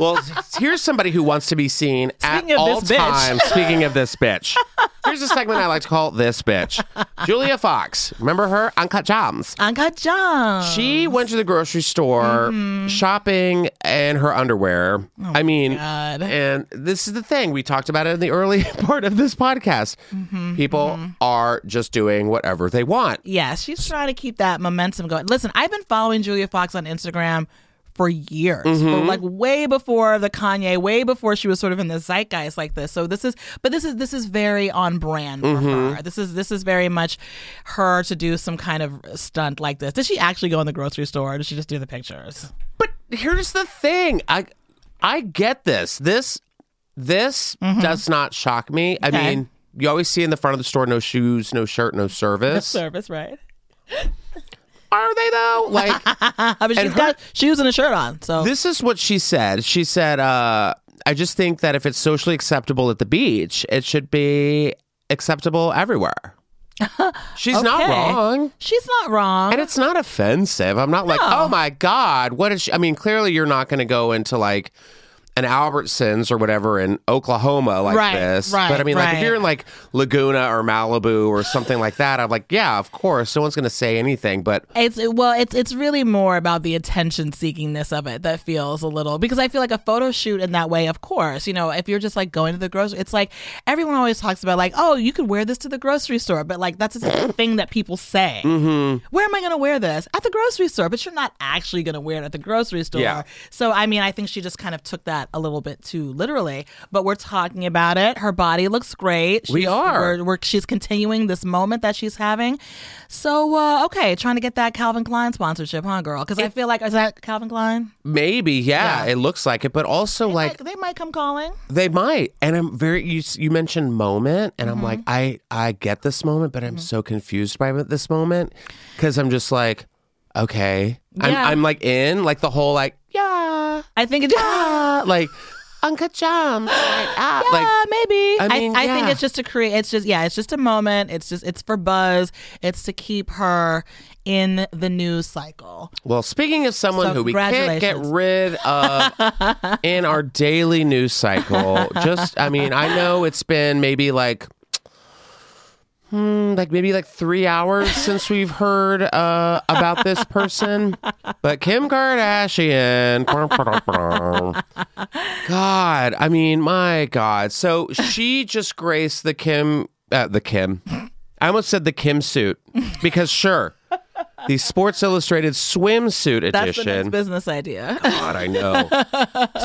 S1: Well, here's somebody who wants to be seen
S2: Speaking
S1: at
S2: of
S1: all
S2: this bitch.
S1: times. Speaking of this bitch, here's a segment I like to call "This Bitch." Julia Fox, remember her? Uncut Jams.
S2: Anka Jung.
S1: She went to the grocery store
S2: Mm-hmm.
S1: shopping in her underwear. I mean,
S2: Oh God.
S1: and this is the thing we talked about it in the early *laughs* part of this podcast.
S2: Mm-hmm,
S1: People are just doing whatever they want.
S2: Yeah, she's trying to keep that momentum going. Listen, I've been following Julia Fox on Instagram for years, for
S1: Mm-hmm.
S2: like way before the Kanye, way before she was sort of in the zeitgeist like this. So this is, but this is this is very on brand for
S1: Mm-hmm.
S2: her. This is this is very much her to do some kind of stunt like this. Did she actually go in the grocery store? or Did she just do the pictures?
S1: But here's the thing. I I get this. This this does not shock me. I
S2: Mm-hmm. Okay.
S1: mean, you always see in the front of the store no shoes, no shirt, no service.
S2: Service, right?
S1: Are they
S2: *laughs*
S1: though? Like
S2: I mean, she's
S1: her-
S2: got shoes and a shirt on. So
S1: this is what she said. She said uh I just think that if it's socially acceptable at the beach, it should be acceptable
S2: *laughs*
S1: everywhere. She's not
S2: Okay.
S1: wrong.
S2: she's not wrong.
S1: And it's not offensive. I'm not like, oh my God, what is she? I mean, clearly you're not going to go into like an Albertsons or whatever in Oklahoma like
S2: Right,
S1: this.
S2: right,
S1: but I mean, like if
S2: right.
S1: you're in like Laguna or Malibu or something like that, I'm like, yeah, of course, no one's going to say anything. But
S2: It's well, it's it's really more about the attention seekingness of it that feels a little because I feel like a photo shoot in that way. Of course, you know, if you're just like going to the grocery, it's like everyone always talks about like, oh, you could wear this to the grocery store, but like that's just a thing that people say. Where am I going to wear this at the grocery store? But you're not actually going to wear it at the grocery store.
S1: Yeah.
S2: So I mean, I think she just kind of took that a little bit too literally. But we're talking about it. Her body looks great.
S1: We
S2: She's-
S1: are.
S2: we're- we're- she's continuing this moment that she's having. So uh, okay, trying to get that Calvin Klein sponsorship, huh, girl? Because I feel like is that Calvin Klein?
S1: maybe, yeah,
S2: Yeah.
S1: it looks like it. But also, like,
S2: they might come calling.
S1: They might, and I'm very. You, s- you mentioned moment, and I'm like, I I get this moment, but I'm so confused by this moment because I'm just like, okay,
S2: Yeah.
S1: I'm I'm like in like the whole like yeah
S2: I think it.
S1: yeah like Uncle John like, ah, like
S2: yeah, maybe.
S1: I
S2: I,
S1: mean,
S2: I, think
S1: yeah.
S2: it's just to create. It's just yeah. It's just a moment. It's just it's for buzz. It's to keep her in the news cycle.
S1: well, speaking of someone
S2: So
S1: who we can't get
S2: congratulations.
S1: rid of
S2: *laughs*
S1: in our daily news cycle, just I mean, I know it's been maybe like. Hmm, like maybe like three hours since we've heard uh, about this person, but Kim
S2: *laughs*
S1: Kardashian. *laughs* God, I mean, my God. So
S2: *laughs*
S1: she just graced the Kim, uh, the Kim. I almost said the Kim suit because sure, the Sports Illustrated swimsuit
S2: That's the
S1: edition.
S2: next
S1: *laughs*
S2: business idea.
S1: God, I know.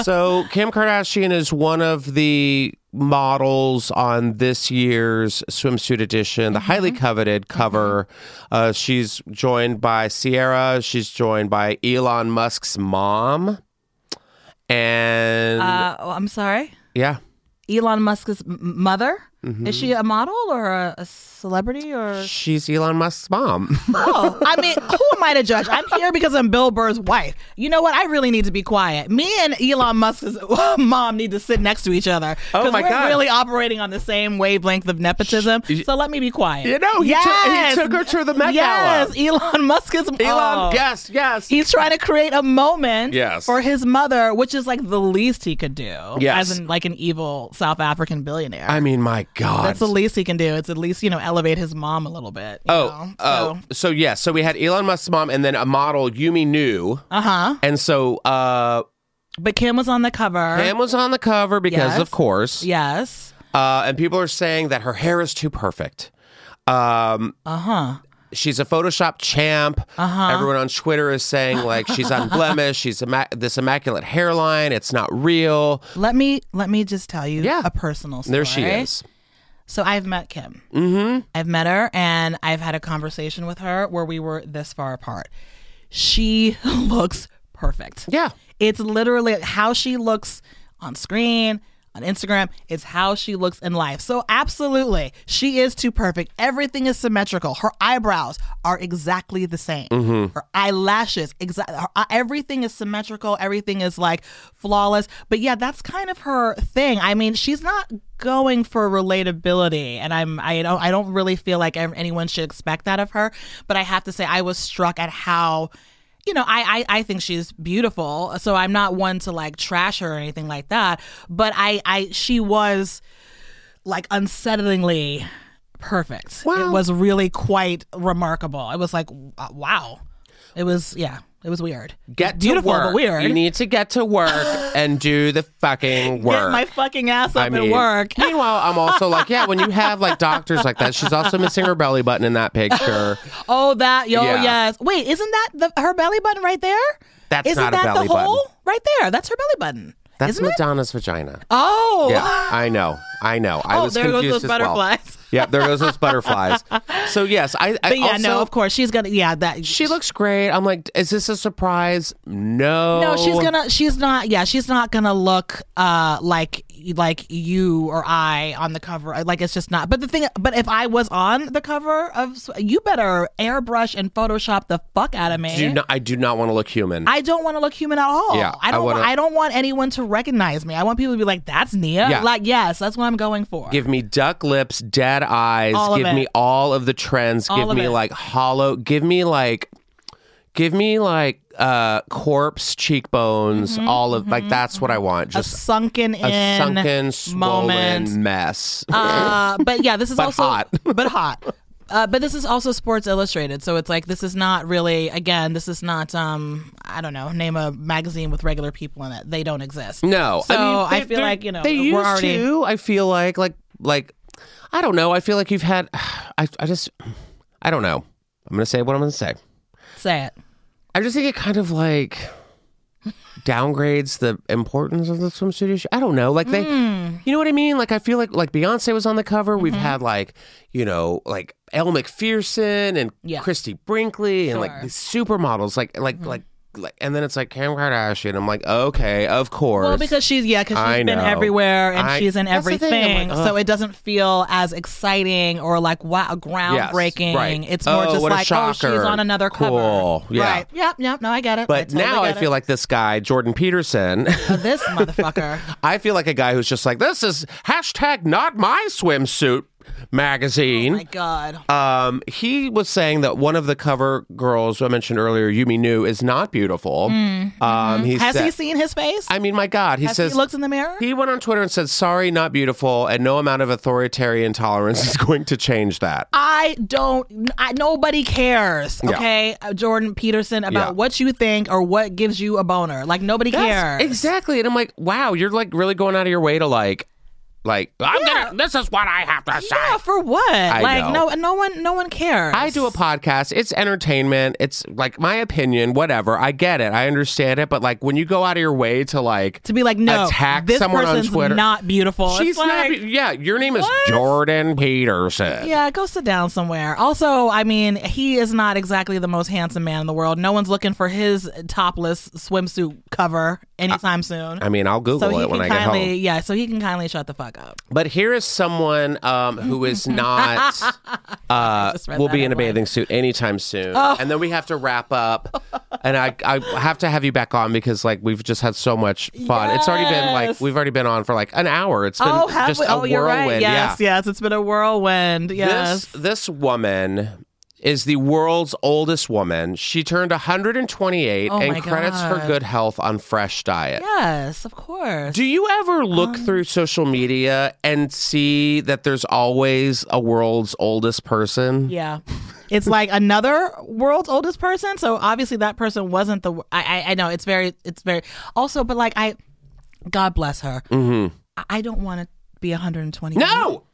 S1: so Kim Kardashian is one of the models on this year's swimsuit edition, the
S2: Mm-hmm.
S1: highly coveted cover. Uh, she's joined by Sierra. She's joined by Elon Musk's mom, and
S2: Uh, oh, I'm sorry.
S1: yeah,
S2: Elon Musk's m- mother. Is she a model or a, a celebrity or?
S1: she's Elon Musk's mom.
S2: Oh, I mean, who am I to judge? I'm here because I'm Bill Burr's wife. You know what? I really need to be quiet. Me and Elon Musk's *laughs* mom need to sit next to each other
S1: Oh,
S2: because
S1: my
S2: we're
S1: God.
S2: really operating on the same wavelength of nepotism. So let me be quiet.
S1: You know, he took- he took her to the Met
S2: Yes, Elon Musk
S1: *laughs*
S2: is
S1: Elon,
S2: oh.
S1: yes, yes.
S2: He's trying to create a moment
S1: Yes.
S2: for his mother, which is like the least he could do.
S1: Yes.
S2: As in like an evil South African billionaire.
S1: I mean, my God.
S2: That's the least he can do. It's at least, you know, elevate his mom a little bit. you
S1: Oh,
S2: know?
S1: oh, so, yes. so we had Elon Musk's mom, and then a model Yumi New,
S2: Uh huh.
S1: and so uh,
S2: But Kim was on the cover.
S1: Pam was on the cover because,
S2: Yes.
S1: of course,
S2: Yes.
S1: uh, and people are saying that her hair is too perfect. Um,
S2: Uh huh.
S1: she's a Photoshop champ. Uh-huh. Everyone on Twitter is saying like
S2: *laughs*
S1: she's unblemished. she's immac this immaculate hairline. It's not real.
S2: Let me let me just tell you
S1: Yeah.
S2: a personal story.
S1: There she is.
S2: So I've met Kim. Mm-hmm. I've met her and I've had a conversation with her where we were this far apart. She *laughs* looks perfect.
S1: Yeah.
S2: It's literally how she looks on screen, on Instagram. It's how she looks in life. So, absolutely, she is too perfect. Everything is symmetrical. Her eyebrows are exactly the same. Her eyelashes, exactly. Everything is symmetrical. Everything is like flawless. But yeah, that's kind of her thing. I mean, she's not going for relatability and I'm I don't I don't really feel like anyone should expect that of her but I have to say I was struck at how you know, I, I I think she's beautiful, so I'm not one to like trash her or anything like that. But I I she was like unsettlingly perfect. It was really quite remarkable. It was like w- wow. It was yeah. It was weird.
S1: Get to
S2: beautiful
S1: work.
S2: but weird.
S1: You need to get to work
S2: *gasps*
S1: and do the fucking work.
S2: Get my fucking ass up
S1: I mean,
S2: and work.
S1: meanwhile, I'm also like, yeah, when you have like doctors like that, she's also missing her belly button in that
S2: *laughs*
S1: picture.
S2: Oh, that yo
S1: Yeah.
S2: yes. Wait, isn't that the, her belly button right there?
S1: That's
S2: isn't
S1: not a
S2: that
S1: belly
S2: the
S1: button.
S2: hole right there? That's her belly button.
S1: That's
S2: isn't it?
S1: Madonna's vagina.
S2: Oh, *gasps*
S1: Yeah, I know. I know. I
S2: oh,
S1: was
S2: there goes
S1: confused
S2: those
S1: as well.
S2: butterflies.
S1: Yeah, there goes those
S2: *laughs*
S1: butterflies. So yes, I, I
S2: But yeah,
S1: also,
S2: no, of course she's gonna. Yeah, that
S1: She looks great. I'm like, is this a surprise? No.
S2: No, she's gonna. She's not. Yeah, she's not gonna look uh like like you or I on the cover. uh, Like it's just not. But the thing. But if I was on the cover of, Sw- you better airbrush and Photoshop the fuck out of me.
S1: Do not, I do not want to look human.
S2: I don't want to look human at all.
S1: Yeah,
S2: I
S1: I
S2: don't.
S1: wanna-
S2: want, I don't want anyone to recognize me. I want people to be like, "That's Nia."
S1: Yeah.
S2: Like, yes, that's what I'm going for.
S1: give me duck lips, dead eyes.
S2: All of
S1: give
S2: it.
S1: me all of the trends.
S2: All
S1: give
S2: of
S1: me
S2: it.
S1: like hollow. Give me like. Give me like uh, corpse, cheekbones, all of like that's what I want.
S2: Mm-hmm, a
S1: Just
S2: sunken in
S1: a, sunken, swollen
S2: moment.
S1: mess.
S2: Uh, but yeah, this
S1: *laughs*
S2: is
S1: But
S2: also
S1: hot.
S2: *laughs* but hot. Uh, but this is also Sports Illustrated, so it's like this is not really. Again, this is not. Um, I don't know. Name a magazine with regular people in it. They don't exist.
S1: No,
S2: So I,
S1: they-
S2: feel
S1: they're-
S2: like you know
S1: they used
S2: we're already.
S1: to. I feel like like like I don't know. I feel like you've had. *sighs* I I just I don't know. I'm gonna say what I'm gonna say.
S2: Say it.
S1: I just think it kind of like downgrades the importance of the swimsuit issue. I don't know. Like they
S2: Hmm.
S1: you know what I mean? Like I feel like like Beyonce was on the cover. We've
S2: Mm-hmm.
S1: had like, you know, like Elle McPherson and
S2: Yeah.
S1: Christy Brinkley and like
S2: Sure. Mm-hmm.
S1: these supermodels. Like like like like and then it's like Kim Kardashian. I'm like, okay, of course.
S2: Well, because she's yeah, because
S1: I
S2: she's been
S1: know.
S2: everywhere and
S1: I-
S2: she's in
S1: That's the thing, I'm
S2: everything,
S1: like,
S2: so it doesn't feel as exciting or like wow,
S1: Yes,
S2: groundbreaking.
S1: right.
S2: It's more
S1: Oh,
S2: just
S1: what a
S2: like oh, she's
S1: shocker.
S2: on another
S1: Cool,
S2: cover,
S1: yeah.
S2: Right? Yep, yep. No, I get it.
S1: but
S2: totally
S1: now I
S2: get it.
S1: feel like this guy, Jordan Peterson, *laughs*
S2: *laughs* this motherfucker.
S1: I feel like a guy who's just like, this is hashtag not my swimsuit magazine.
S2: Oh My God.
S1: Um, he was saying that one of the cover girls who I mentioned earlier, Yumi New, is not beautiful. Um, he
S2: Mm, mm-hmm. Has
S1: said,
S2: he seen his face?
S1: I mean, my God, he
S2: Has
S1: says
S2: he looked in the mirror?
S1: he went on Twitter and said, "Sorry, not beautiful," and no amount of authoritarian tolerance is *laughs* going to change that.
S2: I don't. I, nobody cares.
S1: Yeah.
S2: Okay, uh, Jordan Peterson, about
S1: Yeah.
S2: what you think or what gives you a boner. Like nobody
S1: That's-
S2: cares.
S1: exactly, and I'm like, wow, you're like really going out of your way to like, like, I'm gonna. This is what I have to say.
S2: Yeah, for what? like
S1: know.
S2: no, no one, no one cares.
S1: I do a podcast. It's entertainment. It's like my opinion, whatever. I get it. I understand it. But like when you go out of your way to like
S2: to be like no.
S1: attack
S2: this
S1: someone on
S2: person's
S1: Twitter.
S2: not beautiful.
S1: She's
S2: it's like,
S1: not. Yeah, your name is
S2: What?
S1: Jordan Peterson.
S2: Yeah, go sit down somewhere. Also, I mean, he is not exactly the most handsome man in the world. No one's looking for his topless swimsuit cover anytime soon.
S1: I mean, I'll Google
S2: so he
S1: it when I
S2: can
S1: get
S2: kindly,
S1: home.
S2: yeah. So he can kindly shut the fuck up.
S1: But here is someone um, who
S2: *laughs*
S1: is not uh,
S2: just read
S1: will
S2: that
S1: be in a
S2: headline. Oh.
S1: bathing suit anytime soon. And then we have to wrap up. and I, I have to have you back on because like we've just had so much fun. It's already been like
S2: Yes.
S1: we've already been on for like an hour. It's been
S2: oh, have
S1: just
S2: we?
S1: a
S2: Oh,
S1: whirlwind.
S2: you're right.
S1: yeah.
S2: Yes, yes. It's been a whirlwind. Yes.
S1: This this woman is the world's oldest woman. She turned 128
S2: Oh my
S1: and credits her
S2: God.
S1: good health on fresh diet.
S2: yes, of course.
S1: Do you ever look
S2: Um,
S1: through social media and see that there's always a world's oldest person?
S2: yeah. *laughs* It's like another world's oldest person. So obviously that person wasn't the. I I, I know it's very it's very also, but like I, God bless her. Mm-hmm. I, I don't want to be 120.
S1: No.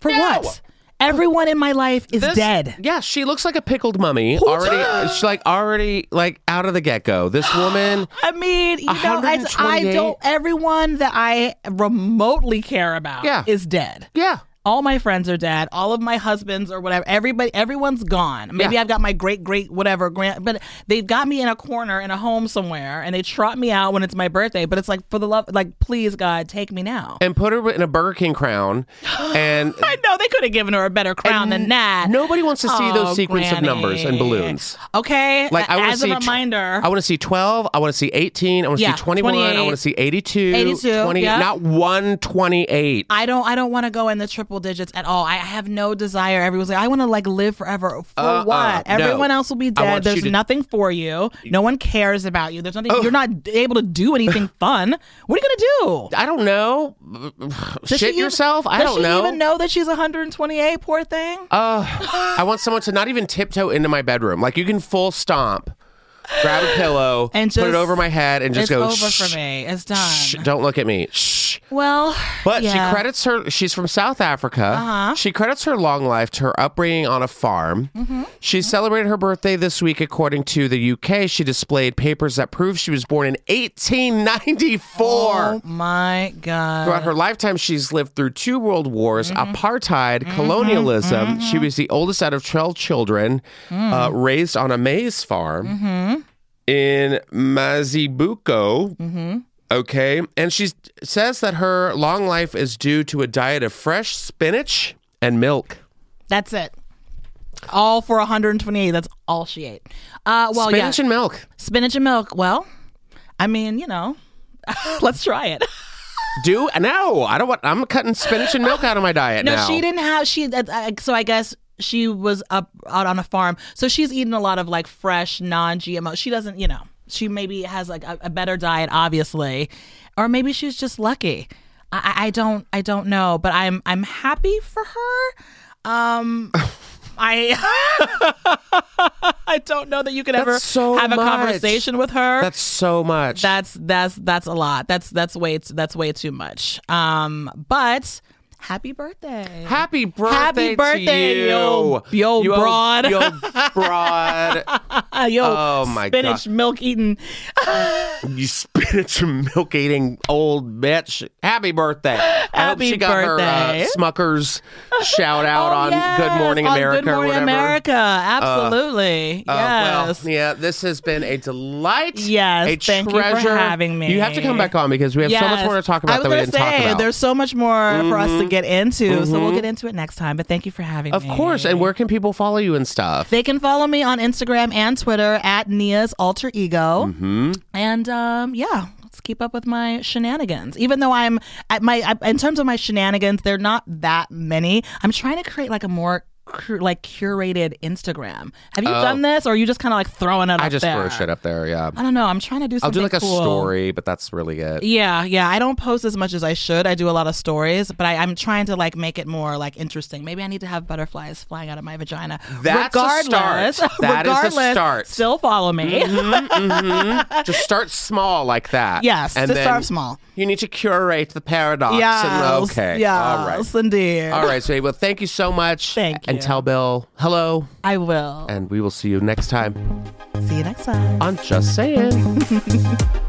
S2: for what? Everyone in my life is
S1: This-
S2: dead.
S1: Yeah, she looks like a pickled mummy. already she's like already like out of the get-go. This
S2: *gasps*
S1: woman
S2: I mean, you know, I, I
S1: 128?
S2: don't. Everyone that I remotely care about
S1: Yeah.
S2: is dead.
S1: Yeah.
S2: all my friends are dead all of my husbands or whatever everybody everyone's gone maybe
S1: Yeah.
S2: i've got my great great whatever grand but they've got me in a corner in a home somewhere and they trot me out when it's my birthday but it's like for the love like please god take me now
S1: And put her in a Burger King
S2: *gasps*
S1: crown and
S2: i know they could have given her a better crown than that
S1: nobody wants to see
S2: Oh,
S1: those sequence
S2: Granny.
S1: of numbers and balloons.
S2: okay
S1: Like I want to
S2: as
S1: see
S2: a
S1: tw-
S2: reminder
S1: I want to see 12, I want to see 18, I want to
S2: Yeah,
S1: see 21, I
S2: 28.
S1: want to see 82,
S2: 82,
S1: 20,
S2: yeah.
S1: not 128.
S2: I don't. I don't want to go in the triple digits at all. I have no desire. Everyone's like, I want to like live forever. For
S1: Uh-uh,
S2: what?
S1: no.
S2: Everyone else will be
S1: want
S2: dead.
S1: you
S2: There's
S1: to- Oh.
S2: nothing for you. No one cares about you. There's nothing. You're not able to
S1: *laughs*
S2: do anything fun. What are you gonna do?
S1: I don't know.
S2: Does she
S1: Shit
S2: even-
S1: yourself? I
S2: does
S1: don't
S2: she
S1: know.
S2: Even know that she's 128. Poor thing.
S1: Uh, I want someone to not even tiptoe into my bedroom. Like you can full stomp, grab a pillow,
S2: And
S1: put it
S2: just-
S1: over my head, and just
S2: it's
S1: go.
S2: over
S1: shh,
S2: for me. It's done.
S1: shh, don't look at me. Shh.
S2: well,
S1: But
S2: yeah.
S1: she credits her. She's from South Africa.
S2: Uh-huh.
S1: She credits her long life to her upbringing on a farm.
S2: Mm-hmm.
S1: She celebrated her birthday this week, according to the UK. She displayed papers that prove she was born in 1894.
S2: Oh my god.
S1: Throughout her lifetime, she's lived through two world wars,
S2: Mm-hmm.
S1: apartheid, colonialism. She was the oldest out of 12 children,
S2: Mm.
S1: uh, raised on a maize farm
S2: Mm-hmm.
S1: in Mazibuko.
S2: Mm-hmm.
S1: Okay. And she says that her long life is due to a diet of fresh spinach and milk.
S2: That's it. All for 128. That's all she ate. Uh, well, yeah.
S1: spinach and milk.
S2: Spinach and milk. Well, I mean, you know, *laughs* let's try it.
S1: Do no, I don't want. I'm cutting spinach and milk out of my diet
S2: No,
S1: now.
S2: she didn't have she. that- I- So I guess she was up out on a farm, so she's eating a lot of like fresh, non-GMO. She doesn't, you know. she maybe has like a, a better diet, obviously, or maybe she's just lucky. I, I I don't I don't know, but I'm I'm happy for her.
S1: *laughs*
S2: Um, I *laughs* I don't know that you could ever
S1: so
S2: have a
S1: much.
S2: conversation with her.
S1: That's so much.
S2: That's that's that's a lot. That's that's way t- that's way too much. Um, but happy birthday.
S1: Happy birthday, to
S2: birthday,
S1: you.
S2: yo- yo
S1: You old-
S2: broad. *laughs*
S1: yo broad.
S2: Ah, yo,
S1: Oh, my
S2: spinach
S1: God.
S2: milk eating.
S1: you spinach and milk eating old bitch. Happy birthday. I hope
S2: Happy
S1: she got her uh,
S2: birthday.
S1: Smuckers shout out
S2: *laughs* Oh,
S1: on
S2: yes,
S1: Good Morning
S2: on
S1: America
S2: Good Morning
S1: or whatever.
S2: America. Absolutely.
S1: Uh,
S2: yes.
S1: Well, yeah, this has been a delight.
S2: Yes,
S1: a
S2: thank you for
S1: treasure.
S2: having me.
S1: You have to come back on because we have so much
S2: Yes.
S1: more to talk
S2: I
S1: about
S2: was
S1: that we
S2: gonna
S1: didn't
S2: say,
S1: talk about. Mm-hmm.
S2: There's so much more for us to get into, so we'll get into it next time. But thank you for having
S1: of
S2: me.
S1: course. And where can people follow you and stuff?
S2: They can follow me on Instagram and Twitter at Nia's alter ego.
S1: Mm-hmm.
S2: And um, yeah, let's keep up with my shenanigans. Even though I'm at my I, in terms of my shenanigans, they're not that many. I'm trying to create like a more cur- like curated Instagram. Have you done this, or are you just kind of like throwing it?
S1: Oh. I
S2: up
S1: just
S2: there?
S1: threw shit up there. Yeah.
S2: I don't know. I'm trying to do.
S1: I'll
S2: Something
S1: do like a
S2: cool.
S1: story, but that's really it.
S2: Yeah, yeah. I don't post as much as I should. I do a lot of stories, but I, I'm trying to like make it more like interesting. Maybe I need to have butterflies flying out of my vagina.
S1: That's a start.
S2: regardless, *laughs*
S1: That is a
S2: regardless,
S1: start. Mm-hmm.
S2: Still follow me.
S1: just start small like that.
S2: *laughs* Yes,
S1: and
S2: just
S1: then
S2: start small.
S1: You need to curate the paradox. and,
S2: Yes,
S1: okay.
S2: Yes,
S1: All right.
S2: indeed.
S1: All right, sweetie. Well, thank you so much.
S2: Thank
S1: And
S2: you.
S1: tell Bill hello,
S2: I will.
S1: and we will see you next time
S2: See you next time.
S1: on Just Saying.